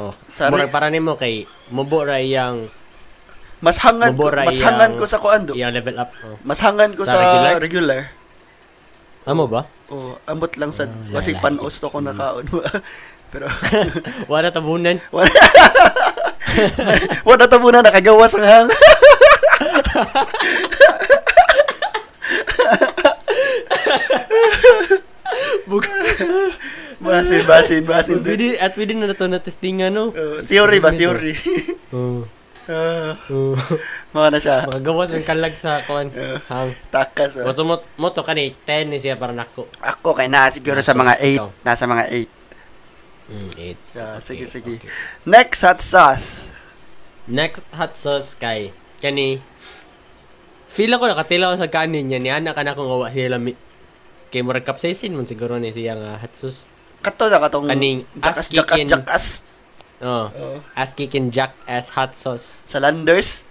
[SPEAKER 1] Oh.
[SPEAKER 2] Sorry.
[SPEAKER 1] Murag para nimo kay mubo ra iyang
[SPEAKER 2] Mas hangan ko,
[SPEAKER 1] Mabura
[SPEAKER 2] mas
[SPEAKER 1] iyang-
[SPEAKER 2] hangan ko sa kuan do.
[SPEAKER 1] iyang level up. Oh.
[SPEAKER 2] Mas hangan ko
[SPEAKER 1] Sa
[SPEAKER 2] sa
[SPEAKER 1] regular?
[SPEAKER 2] regular.
[SPEAKER 1] Amo ba?
[SPEAKER 2] Oh, ambot lang sa
[SPEAKER 1] wala
[SPEAKER 2] kasi
[SPEAKER 1] lang.
[SPEAKER 2] panos to ko
[SPEAKER 1] Mm.
[SPEAKER 2] nakaon. Pero
[SPEAKER 1] Wala tabunan.
[SPEAKER 2] wala ta muna nakagawas ang hang. basin, basin, basin. dude.
[SPEAKER 1] Pwede, at pwede na nato na testing ano.
[SPEAKER 2] Oh, theory ba, theory?
[SPEAKER 1] Oo.
[SPEAKER 2] Ah,
[SPEAKER 1] Oo.
[SPEAKER 2] Mga na siya.
[SPEAKER 1] Oh. Makagawas ang kalag sa kuan. Hang.
[SPEAKER 2] Takas. ah.
[SPEAKER 1] Moto mot- moto kani 10 ni siya para nako.
[SPEAKER 2] Ako kay na siguro sa mga 8. Nasa mga 8.
[SPEAKER 1] Mm, eight.
[SPEAKER 2] Yeah, sige,
[SPEAKER 1] Okay,
[SPEAKER 2] sige.
[SPEAKER 1] okay.
[SPEAKER 2] Next hot sauce.
[SPEAKER 1] Next hot sauce kay kani Feel ako nakatilaw sa kanin niya ni anak ka na kung awa sila mi kay murag capsaicin man siguro ni siya nga hot sauce.
[SPEAKER 2] Kato na katong
[SPEAKER 1] Kaning
[SPEAKER 2] jakas,
[SPEAKER 1] ass
[SPEAKER 2] jakas,
[SPEAKER 1] kicking.
[SPEAKER 2] jakas.
[SPEAKER 1] Oh.
[SPEAKER 2] Oh.
[SPEAKER 1] As kikin jack as hot sauce.
[SPEAKER 2] Sa Landers.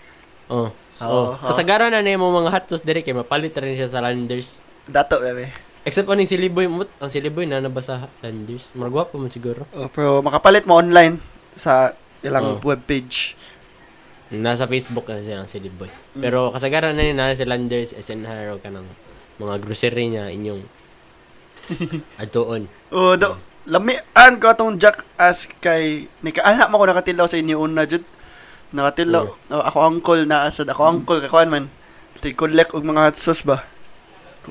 [SPEAKER 1] Oh.
[SPEAKER 2] Oo,
[SPEAKER 1] So,
[SPEAKER 2] oo.
[SPEAKER 1] kasagaran na na yung mga hot sauce dire kay mapalit rin siya sa Landers.
[SPEAKER 2] Dato, bebe.
[SPEAKER 1] Except ang siliboy mo, ang siliboy na nabasa Landers. Margwapo man siguro.
[SPEAKER 2] Oh, pero makapalit mo online sa ilang
[SPEAKER 1] Oh.
[SPEAKER 2] webpage.
[SPEAKER 1] Nasa Facebook na siya ang siliboy. Pero kasagaran na yun na sa Landers, SNR o kanang mga grocery niya inyong atoon.
[SPEAKER 2] Oh, do. Lamian ko atong jackass kay nikaana mo ko nakatilaw sa inyo una jud. Nakatilaw. Oh, ako uncle na asad. Ako uncle kay kuan man. Tig collect og mga hot sauce ba.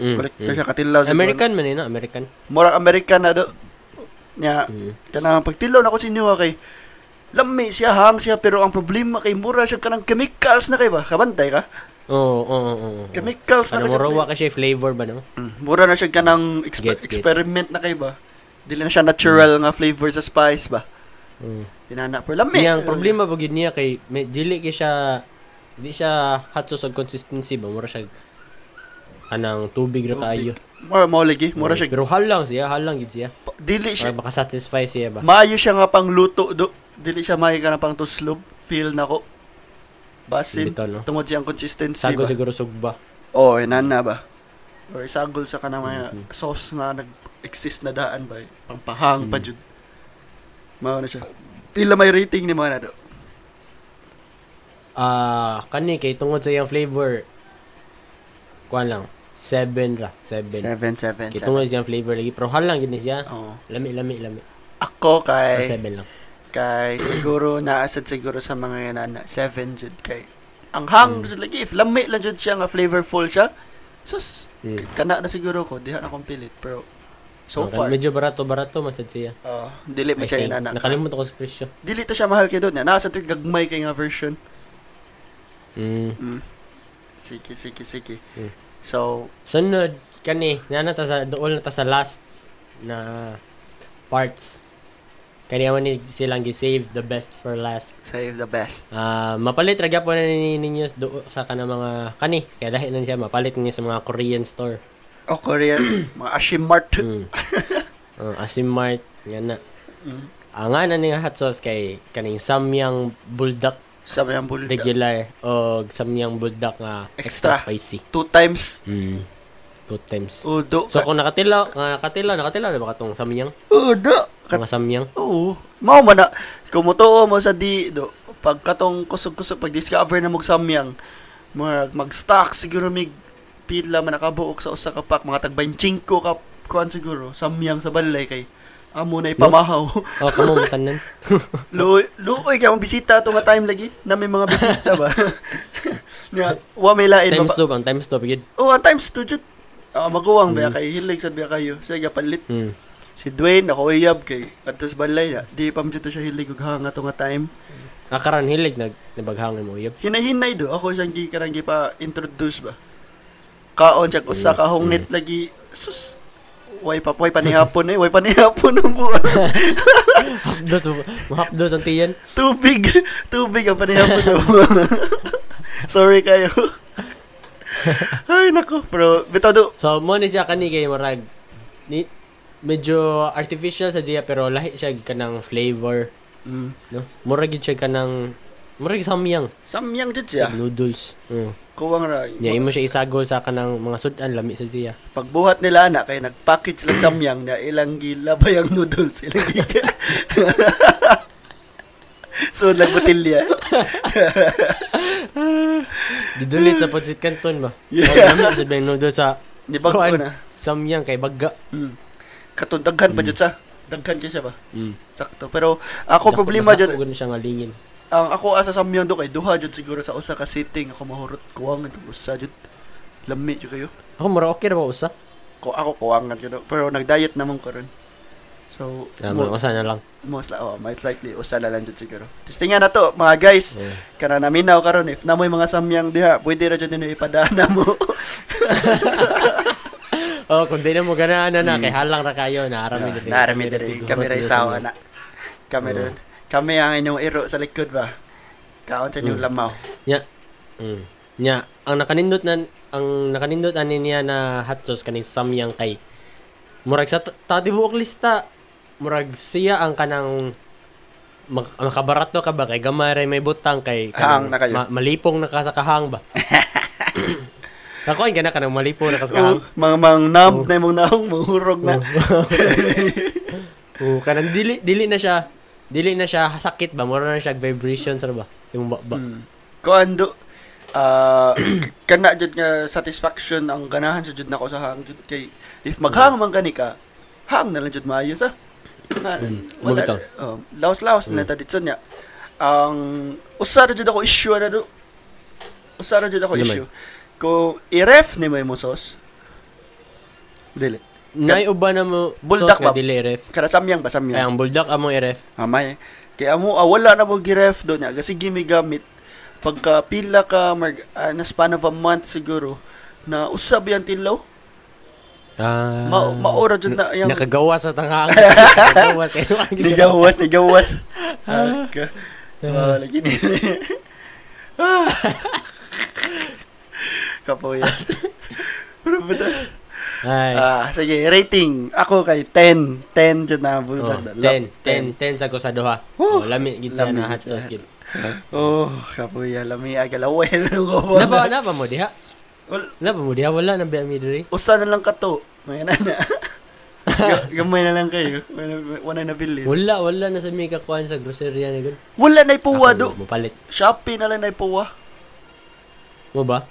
[SPEAKER 1] Mm,
[SPEAKER 2] Collect
[SPEAKER 1] mm.
[SPEAKER 2] mm. siya katilaw sa
[SPEAKER 1] American man yun, no? American.
[SPEAKER 2] Murag American na do. Nya,
[SPEAKER 1] Mm.
[SPEAKER 2] kanang pagtilaw na ko sa inyo ha, kay lami siya hang siya pero ang problema kay mura siya kanang chemicals na kay ba. Kabantay ka?
[SPEAKER 1] Oo, oo, oo. oo.
[SPEAKER 2] Chemicals na
[SPEAKER 1] Oh. Ano
[SPEAKER 2] eh. kay siya,
[SPEAKER 1] murawa kasi flavor ba no?
[SPEAKER 2] Mm, Mura na siya ka ng exper-
[SPEAKER 1] Gets, Mm. gets.
[SPEAKER 2] experiment na kayo ba? Dili na siya natural nga flavor sa spice ba?
[SPEAKER 1] Mm.
[SPEAKER 2] Tinana pero lami.
[SPEAKER 1] Niya, ang problema ba gid niya kay may dili kay siya di siya hot sauce og consistency ba mura siya kanang tubig ra kaayo.
[SPEAKER 2] Mura mo lagi, mura siya.
[SPEAKER 1] Pero halang siya, halang gid siya.
[SPEAKER 2] pa- Dili siya.
[SPEAKER 1] Para makasatisfy siya ba.
[SPEAKER 2] Maayo siya nga pang luto do. Dili siya may ka na pang tuslob. Feel na ko. Basin.
[SPEAKER 1] Bitaw, no?
[SPEAKER 2] Tungod siya ang consistency
[SPEAKER 1] Sago
[SPEAKER 2] ba?
[SPEAKER 1] siguro sugba.
[SPEAKER 2] Oo, oh, inana ba? Or sagol sa kanang mga
[SPEAKER 1] Mm-hmm.
[SPEAKER 2] sauce nga nag-exist na daan ba? eh. Pampahang
[SPEAKER 1] Mm.
[SPEAKER 2] pa jud. Mao na siya. Pila may rating ni mga na do.
[SPEAKER 1] Ah, kani kay tungod sa iyang flavor. Kuan lang. 7 ra, 7.
[SPEAKER 2] 7
[SPEAKER 1] Kay tungod sa iyang flavor lagi pero halang gid ni siya.
[SPEAKER 2] Oo.
[SPEAKER 1] Lami lami lami.
[SPEAKER 2] Ako
[SPEAKER 1] Pero
[SPEAKER 2] kay
[SPEAKER 1] 7 lang.
[SPEAKER 2] Kay siguro naasad siguro sa mga yan na 7 jud kay. Ang
[SPEAKER 1] Hmm.
[SPEAKER 2] hang jud lagi if lami lang jud siya nga flavorful siya. Sus,
[SPEAKER 1] Mm.
[SPEAKER 2] kana na siguro ko diha na kong pilit pero so
[SPEAKER 1] Oh,
[SPEAKER 2] far
[SPEAKER 1] Medyo barato-barato man sad siya.
[SPEAKER 2] uh, dili man
[SPEAKER 1] I
[SPEAKER 2] siya
[SPEAKER 1] think.
[SPEAKER 2] inana.
[SPEAKER 1] Nakalimutan ko sa presyo.
[SPEAKER 2] Dili to siya mahal kay doon. Nasa to gagmay kay nga version. Hmm.
[SPEAKER 1] Mm.
[SPEAKER 2] Sige, sige, sige.
[SPEAKER 1] Mm.
[SPEAKER 2] So,
[SPEAKER 1] Sunod, kani, na na ta sa, dool na ta sa last na parts. Kaniya man ni silang gi-save the best for last.
[SPEAKER 2] Save the best.
[SPEAKER 1] Ah, mapalit ra gyapon na ni- ninyo do sa kana mga kani kaya dahil na siya mapalit ninyo sa mga Korean store.
[SPEAKER 2] O Korean, mga Ashimart.
[SPEAKER 1] Mm. uh, Asimart nga na.
[SPEAKER 2] Mm.
[SPEAKER 1] Ang nga na ni nga hot sauce kay kaning samyang buldak
[SPEAKER 2] Sabi ang bulda.
[SPEAKER 1] regular oh, o samyang buldak nga extra,
[SPEAKER 2] Extra.
[SPEAKER 1] spicy.
[SPEAKER 2] Two times.
[SPEAKER 1] Mm. Two times.
[SPEAKER 2] Udo.
[SPEAKER 1] So kung nakatilaw, nga nakatilaw, nakatilaw na ba katong samyang?
[SPEAKER 2] Udo. Kat-
[SPEAKER 1] Mga samyang?
[SPEAKER 2] Oo. Mao man na. Kumutuo mo sa di, do. Pagkatong kusog-kusog, pag-discover na mong samyang, mag, mag-stock siguro mig pila man nakabuok sa usa ka pack, mga tag 25 ka kuan siguro, samyang sa balay kay amo na ipamahaw.
[SPEAKER 1] O, oh, kamo matanan.
[SPEAKER 2] Lu luoy kay ang bisita to nga time lagi na may mga bisita ba. Nga wa may lain
[SPEAKER 1] times
[SPEAKER 2] ba.
[SPEAKER 1] two bang? Times two, bigid.
[SPEAKER 2] Oh, ang times to jud. Ah, maguwang ba kay hilig sad ba kayo. Sige palit.
[SPEAKER 1] Mm.
[SPEAKER 2] Si Dwayne ako uyab kay atas balay na. Di pa to siya hilig og hanga to nga time.
[SPEAKER 1] Nakaran hilig nag nabaghangan mo yep.
[SPEAKER 2] Hinahinay do ako siyang gi karang gi pa introduce ba. Kaon siya usa ka hongnit lagi. Sus. Way pa way pa ni hapon eh, way pa ni hapon ang buwan.
[SPEAKER 1] Hapdos, mahapdos ang tiyan.
[SPEAKER 2] Tubig. Tubig ang panihapon niyo. Sorry kayo. Ay, nako, bro. Bitodo.
[SPEAKER 1] So, mo ni siya kani kay Marag. Ni, medyo artificial sa siya pero lahi siya kanang flavor.
[SPEAKER 2] Mm.
[SPEAKER 1] No? Murag yun siya kanang Murag samyang
[SPEAKER 2] Samyang jud siya.
[SPEAKER 1] noodles. Mm.
[SPEAKER 2] Kuwang ra.
[SPEAKER 1] Niya imo siya isagol sa kanang mga sudan lami sa siya.
[SPEAKER 2] Pagbuhat nila na, kay nag-package lang samyang na ilang gilabay ang noodles. Ilang giga. so, nagbutilya.
[SPEAKER 1] Didulit sa Pancit Canton ba?
[SPEAKER 2] Yeah.
[SPEAKER 1] Yeah. Lami sa bang noodles sa
[SPEAKER 2] Di ba
[SPEAKER 1] kuwan,
[SPEAKER 2] ko na?
[SPEAKER 1] Samyang kay bagga.
[SPEAKER 2] Mm. Katong daghan pa jud sa. Daghan kay siya ba?
[SPEAKER 1] Mm.
[SPEAKER 2] Sakto. Pero ako problema jud
[SPEAKER 1] Ako siya ngalingin.
[SPEAKER 2] ang ako asa sa Myeondo kay duha jud siguro sa usa ka sitting ako mahurot kuwang ito usa jud lami jud kayo
[SPEAKER 1] Ako mura okay ra ba usa?
[SPEAKER 2] ko ako kuwangan jud ako. pero nag-diet naman karon so
[SPEAKER 1] Tama,
[SPEAKER 2] mo,
[SPEAKER 1] usa na lang.
[SPEAKER 2] most li- oh, most likely usa na lang jud siguro testingan na to mga guys
[SPEAKER 1] Yeah.
[SPEAKER 2] kana naminaw karon if namoy mga samyang diha pwede ra jud ninyo ipadana mo
[SPEAKER 1] Oh, kung di na mo ganaan na na,
[SPEAKER 2] Mm.
[SPEAKER 1] kay halang ra kayo,
[SPEAKER 2] Ah,
[SPEAKER 1] naarami din.
[SPEAKER 2] narami diri kami ano, ra isawa na kami rin kami ang inyong iro sa likod ba kaon sa inyong lamaw
[SPEAKER 1] Nya. Mm. Nya, ang nakanindot na ang nakanindot ani niya na hot sauce kaning samyang kay murag sa ta- tatibuok lista. Murag siya ang kanang mak- makabarato ka ba kay gamay ray may butang kay
[SPEAKER 2] Hang na kayo.
[SPEAKER 1] malipong nakasakahang ba. Ako ay gana kanang malipong nakasakahang.
[SPEAKER 2] Oh, mga mga nam na imong naong mahurog na
[SPEAKER 1] Oo, kanang dili dili na siya. Dili na siya sakit ba? Mura na siya vibration sa ba? Yung ba, ba.
[SPEAKER 2] Hmm. Kuando ah kana jud nga satisfaction ang ganahan sa jud nako sa hang jud kay if maghang man gani ka hang na lang jud maayo sa wala
[SPEAKER 1] Mabitaw.
[SPEAKER 2] oh, laos-laos na ta ditson niya ang usa ra jud ako issue na do usa ra jud ako
[SPEAKER 1] Naman.
[SPEAKER 2] issue kung i-ref ni mo yung sauce dili
[SPEAKER 1] Nay uba na mo
[SPEAKER 2] Buldak
[SPEAKER 1] sauce nga
[SPEAKER 2] ba?
[SPEAKER 1] dili ref.
[SPEAKER 2] kada samyang ba
[SPEAKER 1] Ay
[SPEAKER 2] samyang
[SPEAKER 1] ang buldak amo i-ref.
[SPEAKER 2] Amay. Kaya mo, ah, wala na mo giref doon niya. Kasi gimigamit. Pagka pila ka, mag, ah, na span of a month siguro, na usab yung tilaw.
[SPEAKER 1] Ah.
[SPEAKER 2] Ma, maura dyan na yung...
[SPEAKER 1] Nakagawa sa tanghang. Nakagawa kay
[SPEAKER 2] Nigawas, nigawas. Ah, ka. Ah, lagi ni. Ah. Kapoy. Pero ba ta?
[SPEAKER 1] Ay.
[SPEAKER 2] Ah, sige, rating. Ako kay 10. 10 dyan
[SPEAKER 1] Oh,
[SPEAKER 2] na. Bulldog na.
[SPEAKER 1] ten,
[SPEAKER 2] Lap-
[SPEAKER 1] ten, ten sa ko sa duha. Oh, lami gid siya
[SPEAKER 2] Lami
[SPEAKER 1] na hot
[SPEAKER 2] gid siya.
[SPEAKER 1] sauce gid.
[SPEAKER 2] Oh, kapoy. Lami agalawen.
[SPEAKER 1] Na ba na ba mo diha?
[SPEAKER 2] Wal-
[SPEAKER 1] Na ba mo diha wala na ba mi diri?
[SPEAKER 2] usa na lang kato. May na na. Ga- Gamay na lang kayo. Wala na bilhin.
[SPEAKER 1] Wala, wala na sa mi kakuan sa grocery ni gud.
[SPEAKER 2] Wala na ipuwa do.
[SPEAKER 1] Mapalit.
[SPEAKER 2] Shopee na lang na ipuwa. Hmm.
[SPEAKER 1] Mo ba?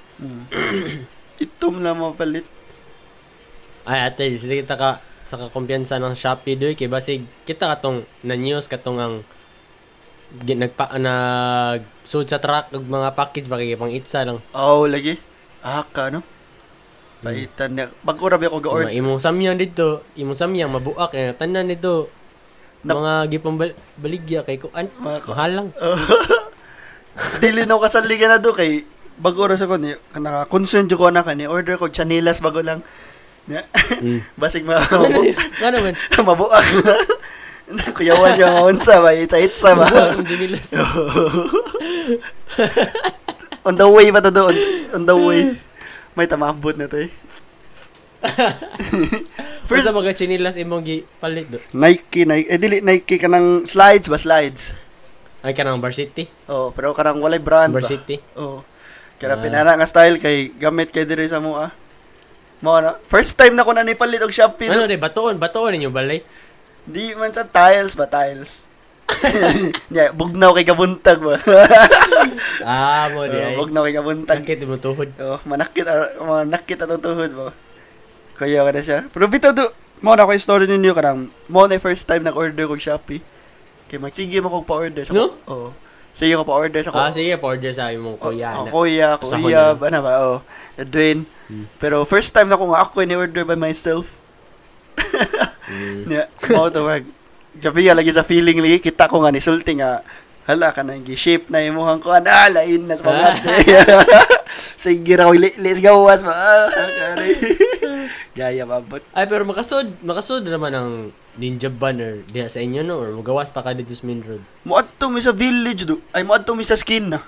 [SPEAKER 2] Itom na mapalit.
[SPEAKER 1] Ay ate, sige kita ka sa kakumpiyansa ng Shopee doy kay basig kita katong na news katong ang gi- nagpa nag sud sa truck og mga package ba kay pang itsa lang.
[SPEAKER 2] Oo, lagi. Ah, ka, no? Paitan na. Pagkurabi ako
[SPEAKER 1] Or,
[SPEAKER 2] ga-order.
[SPEAKER 1] imong samyang dito, imong samyang mabuak eh tanan nito.
[SPEAKER 2] Nap-
[SPEAKER 1] mga gipambaligya kay kuan.
[SPEAKER 2] Mga Uh, ko-
[SPEAKER 1] Mahalang.
[SPEAKER 2] Dili na ako kasaligan na do kay bag oras ako ni naka-concern jud ko na kani order ko chanilas
[SPEAKER 1] Mm.
[SPEAKER 2] bago lang. Nya. Basig ma
[SPEAKER 1] Ano man?
[SPEAKER 2] mabuak. Kuyawan yung unsa ba, itsa-itsa ba.
[SPEAKER 1] Ang ginilas.
[SPEAKER 2] On the way ba to doon? On the way. May tamambot na to eh.
[SPEAKER 1] First,
[SPEAKER 2] First,
[SPEAKER 1] sa mga chinilas imong gipalit do.
[SPEAKER 2] Nike, Nike. Eh, dili, Nike ka ng slides ba? Slides.
[SPEAKER 1] Ay kanang varsity,
[SPEAKER 2] Oh, pero karang walay brand ba?
[SPEAKER 1] varsity. Ah.
[SPEAKER 2] Oh. Kaya pinara nga style kay gamit kay diri sa mo ah. Mo na. First time na ko na nipalit og Shopee.
[SPEAKER 1] Ano ni batuon, batuon ninyo balay.
[SPEAKER 2] Di man sa tiles ba tiles. yeah, bugnaw kay kabuntag ba.
[SPEAKER 1] Ah, mo di
[SPEAKER 2] Oh,
[SPEAKER 1] ay.
[SPEAKER 2] bugnaw kay kabuntag.
[SPEAKER 1] Tangkit mo tuhod.
[SPEAKER 2] Oh, manakit ar- manakit atong tuhod mo. Kuya ka na siya. Pero bitaw do mo na ko yung story ninyo karang mo na yung first time nag order ko Shopee. Kay magsige mo kog pa-order sa
[SPEAKER 1] No?
[SPEAKER 2] Oh. Sige ko pa-order sa ko.
[SPEAKER 1] Ah, sige, pa-order sa imong
[SPEAKER 2] Oh,
[SPEAKER 1] kuya.
[SPEAKER 2] oh,
[SPEAKER 1] na.
[SPEAKER 2] kuya,
[SPEAKER 1] Sa
[SPEAKER 2] kuya,
[SPEAKER 1] kuya. Hmm.
[SPEAKER 2] ba na ba? Oh, Edwin. Pero first time na ko nga ako in-order by myself.
[SPEAKER 1] Mm.
[SPEAKER 2] Yeah, mo to wag. Gabi nga lagi sa feeling lagi kita ko nga nisulti nga hala ka na yung shape na imuhang ko ana lain na sa mga
[SPEAKER 1] Ah.
[SPEAKER 2] Sige raw li- let's go was ma. Ah, kare. Gaya mabot.
[SPEAKER 1] Ay, pero makasod, makasod naman ang ninja banner diha sa inyo no or magawas pa ka dito sa main road.
[SPEAKER 2] Muadto mi sa village do. Ay muadto mi sa skin na.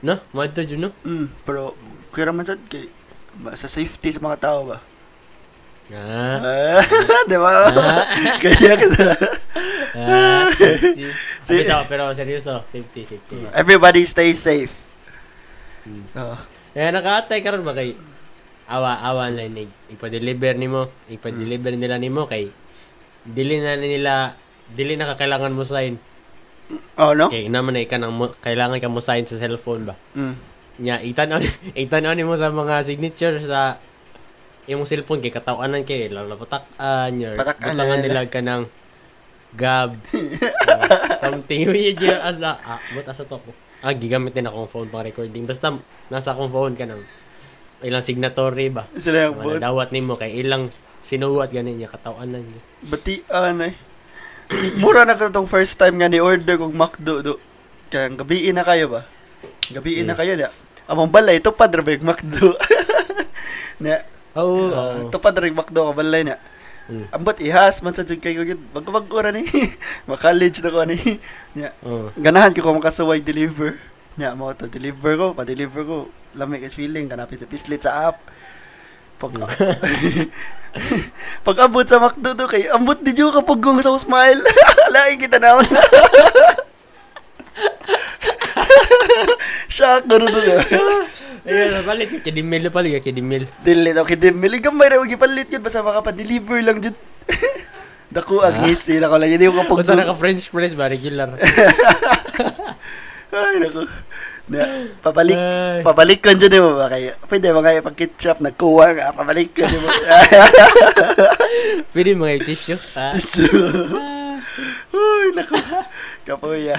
[SPEAKER 1] No? Madto jud no?
[SPEAKER 2] Mm, pero kaya man sad kay ba, sa safety sa mga tao ba.
[SPEAKER 1] Ah.
[SPEAKER 2] Ah, di ba? Kaya kasi
[SPEAKER 1] ah, safety.
[SPEAKER 2] Si-
[SPEAKER 1] Sabi tao, pero seryoso, safety, safety.
[SPEAKER 2] Everybody stay safe.
[SPEAKER 1] Mm.
[SPEAKER 2] Oh.
[SPEAKER 1] Eh, nakaatay karon ba kay awa awa na ni ipa-deliver nimo, ipa-deliver nila nimo kay dili na nila dili na kakailangan mo sign.
[SPEAKER 2] Oh, no?
[SPEAKER 1] Kay naman ay kanang mo- kailangan ka mo sign sa cellphone ba.
[SPEAKER 2] Mm.
[SPEAKER 1] Nya itan-aw itan-aw nimo sa mga signature sa imong cellphone kay katawanan kay lalo na patakan your
[SPEAKER 2] Patakan
[SPEAKER 1] butangan
[SPEAKER 2] na nila.
[SPEAKER 1] nila kanang gab uh, something we you as na ah but asa to ko ah gigamit din akong phone pang recording basta nasa akong phone kanang ilang signatory ba
[SPEAKER 2] Sila yung
[SPEAKER 1] mga
[SPEAKER 2] bot.
[SPEAKER 1] dawat nimo kay ilang sinuwat ganin niya katawanan niya
[SPEAKER 2] Batian eh. Mura na ko tong first time nga ni-order kong McDo do. Kaya gabiin na kayo ba? Gabiin na kayo na. Among balay, ito pa drabig McDo. na,
[SPEAKER 1] oh,
[SPEAKER 2] uh,
[SPEAKER 1] oh.
[SPEAKER 2] ito pa drabig McDo ka balay na.
[SPEAKER 1] Mm.
[SPEAKER 2] Ambot ihas man sa jud kayo yun. Magkabagkura ni. Makaledge na ko ni. Nya.
[SPEAKER 1] oh.
[SPEAKER 2] ganahan ko kung makasaway deliver. Nya mo to deliver ko, pa deliver ko. Lamig ang feeling kanapit sa pislit sa app. Pag Pag abot sa McDo do kay ambot di jo kapag gong sa smile. Lain kita na. Shock guru do.
[SPEAKER 1] ayun balik kay dimil balik kay dimil
[SPEAKER 2] Dili daw kid mili gamay ra gipalit gyud basta maka-deliver lang jud. Dako ang ngisi na ko lang hindi ko kapag
[SPEAKER 1] unsa naka french press ba regular
[SPEAKER 2] Ay, naku. Na, papalik,
[SPEAKER 1] Ay.
[SPEAKER 2] papalik ko dyan mo ba kayo? Pwede ba kayo pag ketchup, nagkuha nga, papalik ko dyan mo.
[SPEAKER 1] pwede mga tissue ah.
[SPEAKER 2] Ay, naku. Kapuya.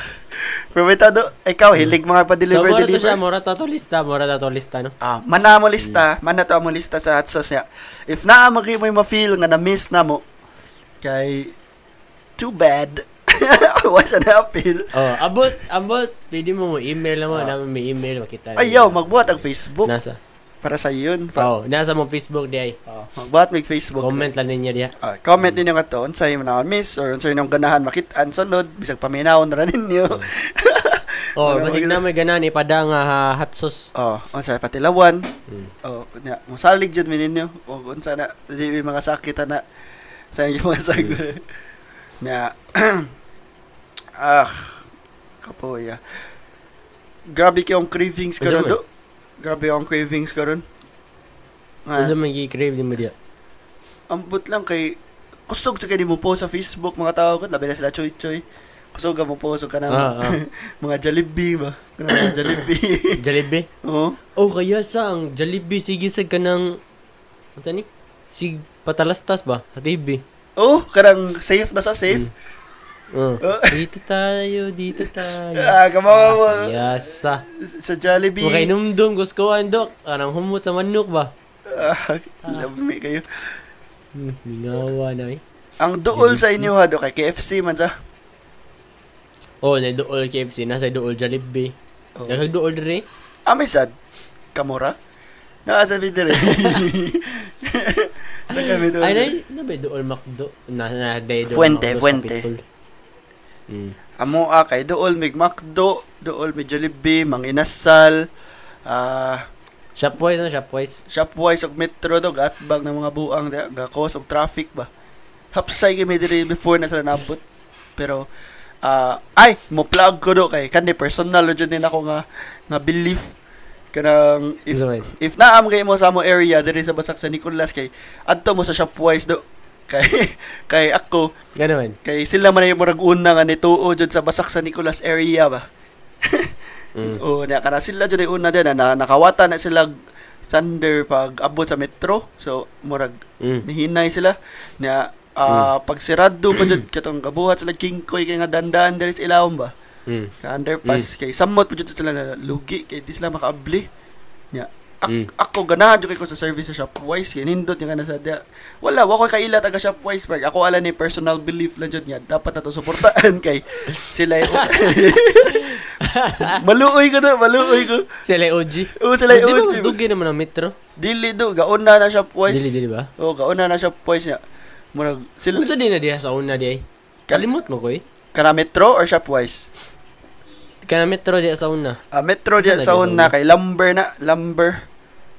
[SPEAKER 2] Pero may tado, ikaw, hilig mga
[SPEAKER 1] So,
[SPEAKER 2] pa-deliver,
[SPEAKER 1] mura to siya,
[SPEAKER 2] deliver.
[SPEAKER 1] mura to, to lista, mura to, to lista, no?
[SPEAKER 2] Ah, mana mo lista, mana to mo lista sa hot sauce niya. If naa mo kayo may ma-feel nga na-miss na mo, kay, too bad. Wa siya na-feel.
[SPEAKER 1] Oh, abot, abot, pwede mo mo email mo, naman may email, makita.
[SPEAKER 2] Ah. Ayaw, magbuhat ang Facebook
[SPEAKER 1] Nasa,
[SPEAKER 2] para sa yun. Pa-
[SPEAKER 1] oh, nasa mo Facebook di ay.
[SPEAKER 2] Ah, magbuhat may Facebook.
[SPEAKER 1] Comment lang ninyo diya.
[SPEAKER 2] Ah, comment ninyo nga to, unsay mo na miss or unsay nang ganahan makitaan sunod bisag paminawon ra ninyo.
[SPEAKER 1] Oh,
[SPEAKER 2] Wala
[SPEAKER 1] basig
[SPEAKER 2] maganda.
[SPEAKER 1] na may ganan, ipada nga ah, ha, hot sauce.
[SPEAKER 2] oh, unsay patilawan.
[SPEAKER 1] Mm.
[SPEAKER 2] Oh, nya, mosalig jud mi ninyo. O unsa na di mi mga sakit na sa inyo
[SPEAKER 1] Mm.
[SPEAKER 2] mga sagot. Nya. ah, kapoya. Grabe kay ang cravings
[SPEAKER 1] Unsa
[SPEAKER 2] karon
[SPEAKER 1] man?
[SPEAKER 2] do. Grabe ang cravings karon. Ah.
[SPEAKER 1] Unsa man gi-crave nimo diya?
[SPEAKER 2] ambot lang kay kusog sa kanimo po sa Facebook mga tao ko labi na sila choy choy kusog ka mo po so ka na
[SPEAKER 1] Ah, ah.
[SPEAKER 2] mga Jollibee ba Kanang mga Jollibee
[SPEAKER 1] Jollibee.
[SPEAKER 2] oo
[SPEAKER 1] Oh, kaya sa ang Jollibee sige sa kanang unsa ni? Sig patalastas ba sa TV?
[SPEAKER 2] oh karang safe na sa safe
[SPEAKER 1] Oh.
[SPEAKER 2] Oh.
[SPEAKER 1] Dito tayo, dito tayo.
[SPEAKER 2] ah kamawa mo
[SPEAKER 1] Yes, sa.
[SPEAKER 2] sa Jollibee
[SPEAKER 1] Mga inumdum, gusto ko andok. Anang humot sa manok ba?
[SPEAKER 2] ah, lami kayo
[SPEAKER 1] Hmm, mingawa na eh.
[SPEAKER 2] ang duol sa inyo ha do kay KFC man sa
[SPEAKER 1] Oh, na duol KFC, nasa duol Jollibee. Oh.
[SPEAKER 2] Oh.
[SPEAKER 1] Nagag duol dire.
[SPEAKER 2] amay sad kamura nakasabi dire Kami doon.
[SPEAKER 1] Ay, na, na ba dool Macdo? Na, na, day dool Macdo
[SPEAKER 2] Fuente,
[SPEAKER 1] sa
[SPEAKER 2] Fuente.
[SPEAKER 1] Capitol. Mm.
[SPEAKER 2] Amo ah, kay dool may McDo, dool may Jollibee, Manginasal, ah
[SPEAKER 1] Shopwise, no? Shopwise.
[SPEAKER 2] Shopwise ug Metro dog at bag ng mga buang da gakos og traffic ba. Hapsay gyud may diri before na sila nabot. Pero ah, ay mo plug ko do kay kanhi personal jud din ako nga nga belief kanang if
[SPEAKER 1] Is right.
[SPEAKER 2] if naam kay mo sa mo area diri sa Basak sa Nicolas kay adto mo sa Shopwise do kay kay ako
[SPEAKER 1] Ganun.
[SPEAKER 2] kay sila man ay murag una nga nituo jud sa Basak sa Nicolas area ba.
[SPEAKER 1] Mm.
[SPEAKER 2] Oo, na kana sila dyan yung una din, na, na- nakawata na sila Thunder pag abot sa metro. So, murag,
[SPEAKER 1] Mm.
[SPEAKER 2] nihinay sila. Na, ah, pag sirado pa dyan, katong kabuhat sila, King Koy, kaya nga dandaan, there is ilawang ba?
[SPEAKER 1] Mm.
[SPEAKER 2] Sa underpass, kay samot pa dyan sila na lugi, kay di sila makaabli. Nya, ak-
[SPEAKER 1] Mm.
[SPEAKER 2] ako ganahan dyan ko sa service sa Shopwise, kay nindot nga na sa dia. Wala, wako kaila taga Shopwise, pag ako ala ni personal belief lang dyan, nga, dapat na to suportahan kay sila. maluoy ko na, maluoy ko.
[SPEAKER 1] Sila yung OG.
[SPEAKER 2] Oo, sila yung
[SPEAKER 1] Di ba
[SPEAKER 2] OG.
[SPEAKER 1] mas dugi naman ang metro?
[SPEAKER 2] Dili do, gauna na siya boys.
[SPEAKER 1] Dili, dili ba?
[SPEAKER 2] Oo, gauna na siya boys niya. Murag, sila,
[SPEAKER 1] Ano sa di na diya sa una di ay? Kalimot mo ko eh.
[SPEAKER 2] kana metro or Shopwise?
[SPEAKER 1] Kana metro diya sa una.
[SPEAKER 2] Ah, metro diyan
[SPEAKER 1] Ano
[SPEAKER 2] sa
[SPEAKER 1] na,
[SPEAKER 2] una kay lumber na, lumber.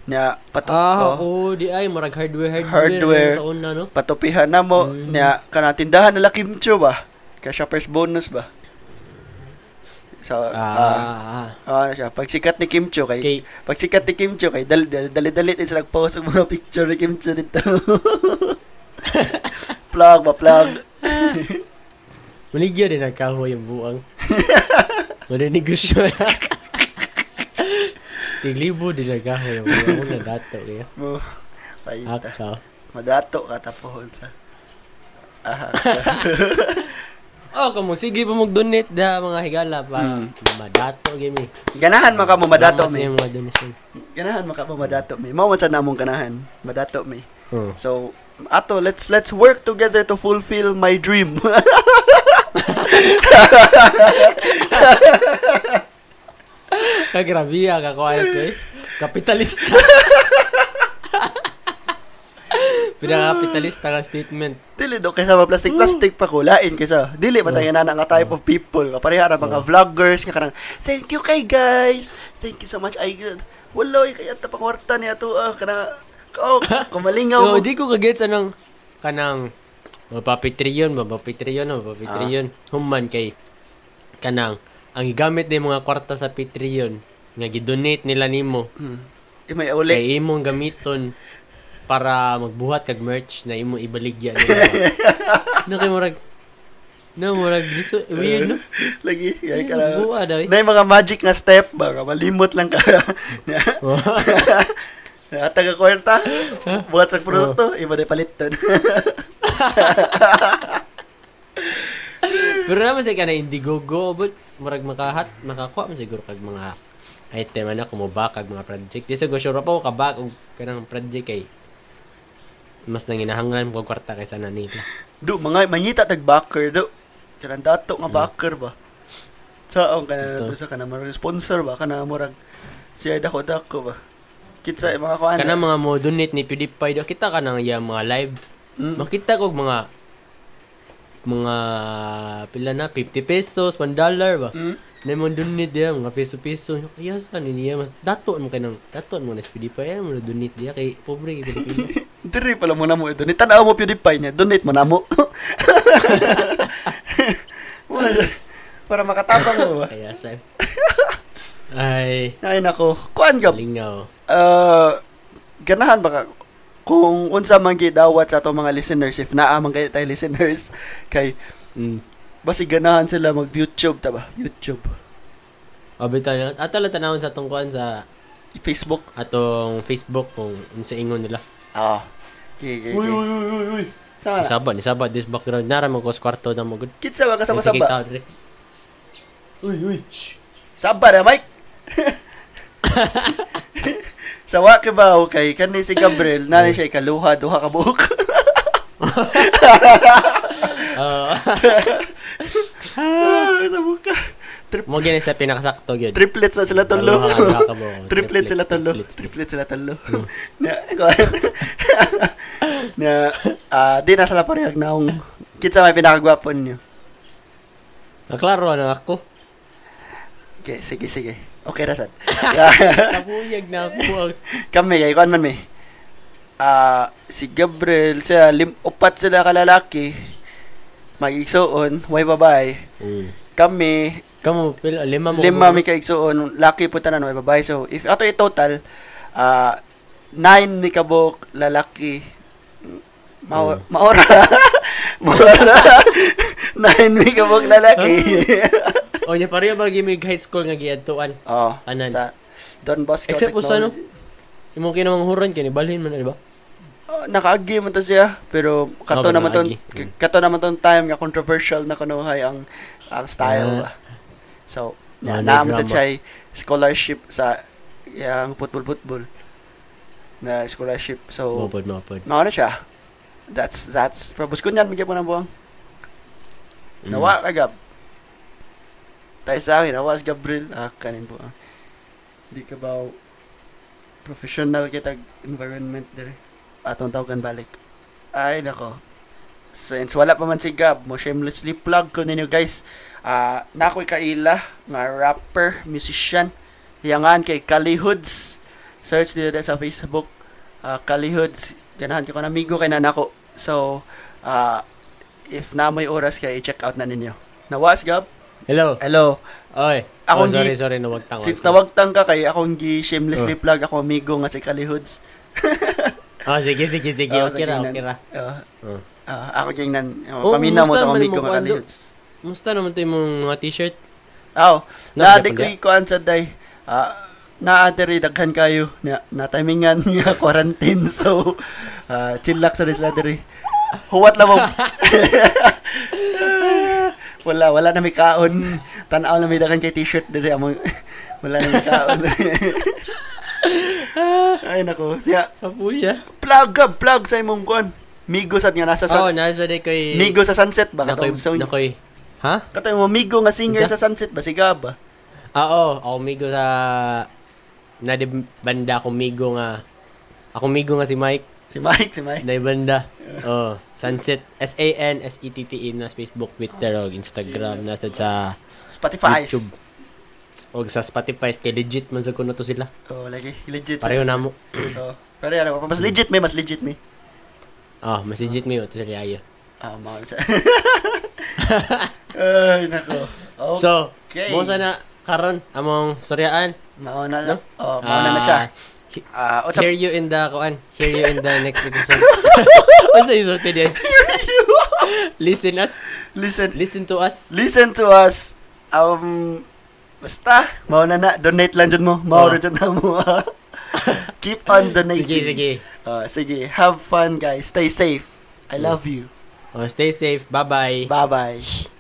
[SPEAKER 2] Niya, pato,
[SPEAKER 1] Ah, oo,
[SPEAKER 2] oh,
[SPEAKER 1] di ay. Marag hardware, hardware.
[SPEAKER 2] Hardware.
[SPEAKER 1] Sa una, no?
[SPEAKER 2] patupihan na mo,
[SPEAKER 1] Mm.
[SPEAKER 2] niya, kana tindahan nila kimcho ba? Kaya shoppers bonus ba? So, ah,
[SPEAKER 1] Ah, ah.
[SPEAKER 2] ah, na siya. Pagsikat ni Kimcho kay,
[SPEAKER 1] Kay-
[SPEAKER 2] pagsikat ni Kimcho kay dal dal dali dali din sila nag-post ng mga picture ni Kimcho dito. plug ba plug?
[SPEAKER 1] Maligya din nagkahoy ang buang. Mananegosyo na. Tiglibo din nagkahoy ang buang. Ako na dato eh. Ah, kaya.
[SPEAKER 2] mo. Paita.
[SPEAKER 1] Akaw.
[SPEAKER 2] Madato ka tapon sa. Aha.
[SPEAKER 1] Oh, kamo sige pa mag-donate da mga higala para
[SPEAKER 2] Mm.
[SPEAKER 1] madato gimi.
[SPEAKER 2] ganahan man ka mo madato
[SPEAKER 1] Salamat sa
[SPEAKER 2] mi.
[SPEAKER 1] iyong mga donation.
[SPEAKER 2] Ganahan man ka mo madato mi. Mao man sa namong ganahan. Madato mi.
[SPEAKER 1] Oh.
[SPEAKER 2] So, ato let's let's work together to fulfill my dream.
[SPEAKER 1] Ay, grabe ah, kakuha na to eh. Kapitalista. Pinakapitalista ka statement.
[SPEAKER 2] Dili do kaysa mga plastic plastic pa kulain kaysa dili man tayo na nga type of people. Pareha ra mga vloggers nga kanang thank you kay guys. Thank you so much. I Waloy kaya ta pangwarta niya to ah kana oh, kumalingaw.
[SPEAKER 1] No,
[SPEAKER 2] mo.
[SPEAKER 1] di ko kagets anong kanang mapapitriyon, mapapitriyon, mapapitriyon. Human kay kanang ang gamit ni mga kwarta sa Patreon nga gidonate nila nimo
[SPEAKER 2] Hmm. Eh, may uli.
[SPEAKER 1] kay imong gamiton para magbuhat kag merch na imo ibaligya nila. no kay murag No, murag this weird no.
[SPEAKER 2] Lagi, kaya ka lang.
[SPEAKER 1] Buwa daw. eh.
[SPEAKER 2] Na yung mga magic na step, baka malimot lang ka. At taga kwarta,
[SPEAKER 1] Oh.
[SPEAKER 2] buhat sa produkto, iba na palitan.
[SPEAKER 1] Pero naman sa kanang Indiegogo but murag makahat makakuha man siguro kag mga item ana kumuba kag mga project. Di sa go sure pa ko kabak og kanang project kay mas nanginahanglan ko kwarta kaysa na nila.
[SPEAKER 2] do, mga, mangita tag backer, do. Karang dato
[SPEAKER 1] Mm.
[SPEAKER 2] nga backer ba. Saong ka na nato sa ka na marang sponsor ba, ka na murag siya dako dako ba. Kitsa yung mga kuwan.
[SPEAKER 1] Kana mga mo donate ni PewDiePie do kita kanang iya mga live.
[SPEAKER 2] Mm.
[SPEAKER 1] Makita ko mga mga pila na 50 pesos, 1 dollar ba.
[SPEAKER 2] Mm.
[SPEAKER 1] Na mo donate diya, mga piso-piso. Kaya sa niya, mas dato mo kanang, dato mo na sa PewDiePie, ayaw mo na donate diya kay pobre kay PewDiePie.
[SPEAKER 2] Diri pala mo na mo ito. Nitanaw mo PewDiePie niya. Donate mo na mo. Para makatabang mo ba?
[SPEAKER 1] Kaya sa Ay,
[SPEAKER 2] Ay nako, kuan gab.
[SPEAKER 1] lingaw.
[SPEAKER 2] Uh, ganahan ba ka kung unsa man gidawat sa atong mga listeners if naa man kay tay listeners kay
[SPEAKER 1] Mm.
[SPEAKER 2] basi ganahan sila mag YouTube ta ba? YouTube,
[SPEAKER 1] Abita na. Ato lang tanawon ah, sa atong kuan sa
[SPEAKER 2] Facebook.
[SPEAKER 1] atong Facebook kung unsa ingon nila.
[SPEAKER 2] Ah. Okay, okay, okay.
[SPEAKER 1] uy, uy, uy.
[SPEAKER 2] Sa na.
[SPEAKER 1] Sabad, sabad this background. Nara mo ko sa kwarto na mo good.
[SPEAKER 2] Kitsa ba kasama
[SPEAKER 1] Sige,
[SPEAKER 2] saba?
[SPEAKER 1] tao, dire. Uy, uy. Shh.
[SPEAKER 2] Saba na Mike. Sawa ka ba okay kani si Gabriel na siya ikaluha duha ka buok.
[SPEAKER 1] Ah,
[SPEAKER 2] Ah, sa buka. Trip-
[SPEAKER 1] mo gani sa pinakasakto gyud.
[SPEAKER 2] triplets na sila tolo.
[SPEAKER 1] Aloha, aloha ka ba?
[SPEAKER 2] Triplet sila talo.
[SPEAKER 1] Triplets.
[SPEAKER 2] Triplet sila talo. na ah, di na sila parehag naong kinsa may pinakagwapon niyo.
[SPEAKER 1] Naklaro na ako.
[SPEAKER 2] Okay, sige, sige. Okay ra sad.
[SPEAKER 1] Nabuyag na ako.
[SPEAKER 2] Kami kay kuan man mi. Ah, si Gabriel siya lim upat sila ka lalaki. Magigsuon, way babae.
[SPEAKER 1] Mm.
[SPEAKER 2] Kami
[SPEAKER 1] Kamu, pila, lima mo.
[SPEAKER 2] lima mi ka igsuon, laki po tanan way babae. So if ato i total, ah nine mi kabok lalaki. Ma
[SPEAKER 1] Hmm.
[SPEAKER 2] maora. maora. nine mi kabok lalaki.
[SPEAKER 1] O, niya pareho ba gimig high school nga giadtuan? Ah.
[SPEAKER 2] oh,
[SPEAKER 1] Anan?
[SPEAKER 2] Sa Don Bosco
[SPEAKER 1] Except po sa ano?
[SPEAKER 2] Technology.
[SPEAKER 1] Imo kinamang huron kini, balhin man, di ba?
[SPEAKER 2] Oh, nakaagi man to siya pero
[SPEAKER 1] Oh,
[SPEAKER 2] kato naman ton
[SPEAKER 1] nakaagi.
[SPEAKER 2] k- kato naman ton time nga controversial na kanuhay ang ang style. so,
[SPEAKER 1] Mga
[SPEAKER 2] na naam to
[SPEAKER 1] drama.
[SPEAKER 2] siya ay scholarship sa yang football football na scholarship. So,
[SPEAKER 1] Mapod, mapod.
[SPEAKER 2] mao na siya. That's that's probus kunyan bigyan mo ng buwang.
[SPEAKER 1] Mm.
[SPEAKER 2] Nawa kagab. Tay sa akin, nawa si Gabriel. Ah, kanin po. ah. Di ka ba professional kita environment dire. Atong tawagan balik. Ay, nako. Since wala pa man si Gab, mo shamelessly plug ko ninyo guys. Ah, nakoy kaila nga rapper, musician. Hiyangan kay Kalihoods. Search dito sa Facebook. Ah, Kalihoods. Ganahan ko na amigo kay nanako. So, ah, if na may oras kay i-check out na ninyo. Nawas Gab?
[SPEAKER 1] Hello.
[SPEAKER 2] Hello.
[SPEAKER 1] Oy. oh,
[SPEAKER 2] Ako
[SPEAKER 1] sorry,
[SPEAKER 2] gi-
[SPEAKER 1] sorry, Oh. nawagtang.
[SPEAKER 2] Since
[SPEAKER 1] ako.
[SPEAKER 2] nawagtang ka kay akong gi shamelessly plug ako amigo nga si Kalihoods.
[SPEAKER 1] Ah, sige, sige, sige.
[SPEAKER 2] Oh,
[SPEAKER 1] okay
[SPEAKER 2] sa
[SPEAKER 1] ra,
[SPEAKER 2] ginan.
[SPEAKER 1] okay ra.
[SPEAKER 2] Oh,
[SPEAKER 1] Oh.
[SPEAKER 2] ah, ako ging nan.
[SPEAKER 1] Oh,
[SPEAKER 2] Oh, pamina mo
[SPEAKER 1] musta
[SPEAKER 2] sa
[SPEAKER 1] man
[SPEAKER 2] amigo
[SPEAKER 1] mo,
[SPEAKER 2] nga
[SPEAKER 1] Kwando?
[SPEAKER 2] Kalihoods.
[SPEAKER 1] Musta naman to imong mga t-shirt?
[SPEAKER 2] Aw,
[SPEAKER 1] Na-
[SPEAKER 2] na di ko
[SPEAKER 1] kundi.
[SPEAKER 2] ikuan sa day. Ah, na ateri daghan kayo na natimingan nga quarantine so ah, chill lang sa sila diri. Huwat lang mo. wala wala na may kaon. Tanaw na may daghan kay t-shirt diri among wala na may kaon. Ay nako, siya
[SPEAKER 1] Kapuya.
[SPEAKER 2] plug up, plug sa imong kuan. Migo sad nga nasa
[SPEAKER 1] Oh,
[SPEAKER 2] sa,
[SPEAKER 1] nasa di kay...
[SPEAKER 2] Migo sa sunset ba
[SPEAKER 1] Nakoy,
[SPEAKER 2] katong song.
[SPEAKER 1] nakoy. Ha?
[SPEAKER 2] Katong mo Migo nga singer
[SPEAKER 1] Unsa?
[SPEAKER 2] sa sunset ba si Gab?
[SPEAKER 1] Ah, oo. Ako migo sa... Na di banda ako migo nga... Ako migo nga si Mike.
[SPEAKER 2] Si Mike, si Mike.
[SPEAKER 1] Na di banda. Oh, Sunset. S-A-N-S-E-T-T-E E na sa Facebook, Twitter, og Instagram. Nasa sa
[SPEAKER 2] Spotify.
[SPEAKER 1] YouTube. O sa Spotify. Kay legit man sa ko na to sila.
[SPEAKER 2] Oh, lagi legit.
[SPEAKER 1] Pareho na mo.
[SPEAKER 2] Oh, pero ano, mas legit may, mas legit may.
[SPEAKER 1] Ah, mas legit mo yun. Ito sila ayo.
[SPEAKER 2] Ah, oh, sa. Ay, nako. Oh,
[SPEAKER 1] So,
[SPEAKER 2] Okay.
[SPEAKER 1] mo sana karon among soryaan.
[SPEAKER 2] mauna
[SPEAKER 1] No?
[SPEAKER 2] na. Oh, mauna na siya. Ah, what's up?
[SPEAKER 1] Hear you in the kuan. Hear you in the next episode. Unsa isulti din? Listen us.
[SPEAKER 2] Listen.
[SPEAKER 1] Listen to us.
[SPEAKER 2] Listen to us. Um, basta, mauna na. Donate lang dyan mo. Mauna
[SPEAKER 1] Oh.
[SPEAKER 2] dyan na mo. ah. Keep on donating.
[SPEAKER 1] Sige, sige.
[SPEAKER 2] Ah, sige. Have fun, guys. Stay safe. I love you.
[SPEAKER 1] Oh, stay safe. Bye-bye.
[SPEAKER 2] Bye-bye.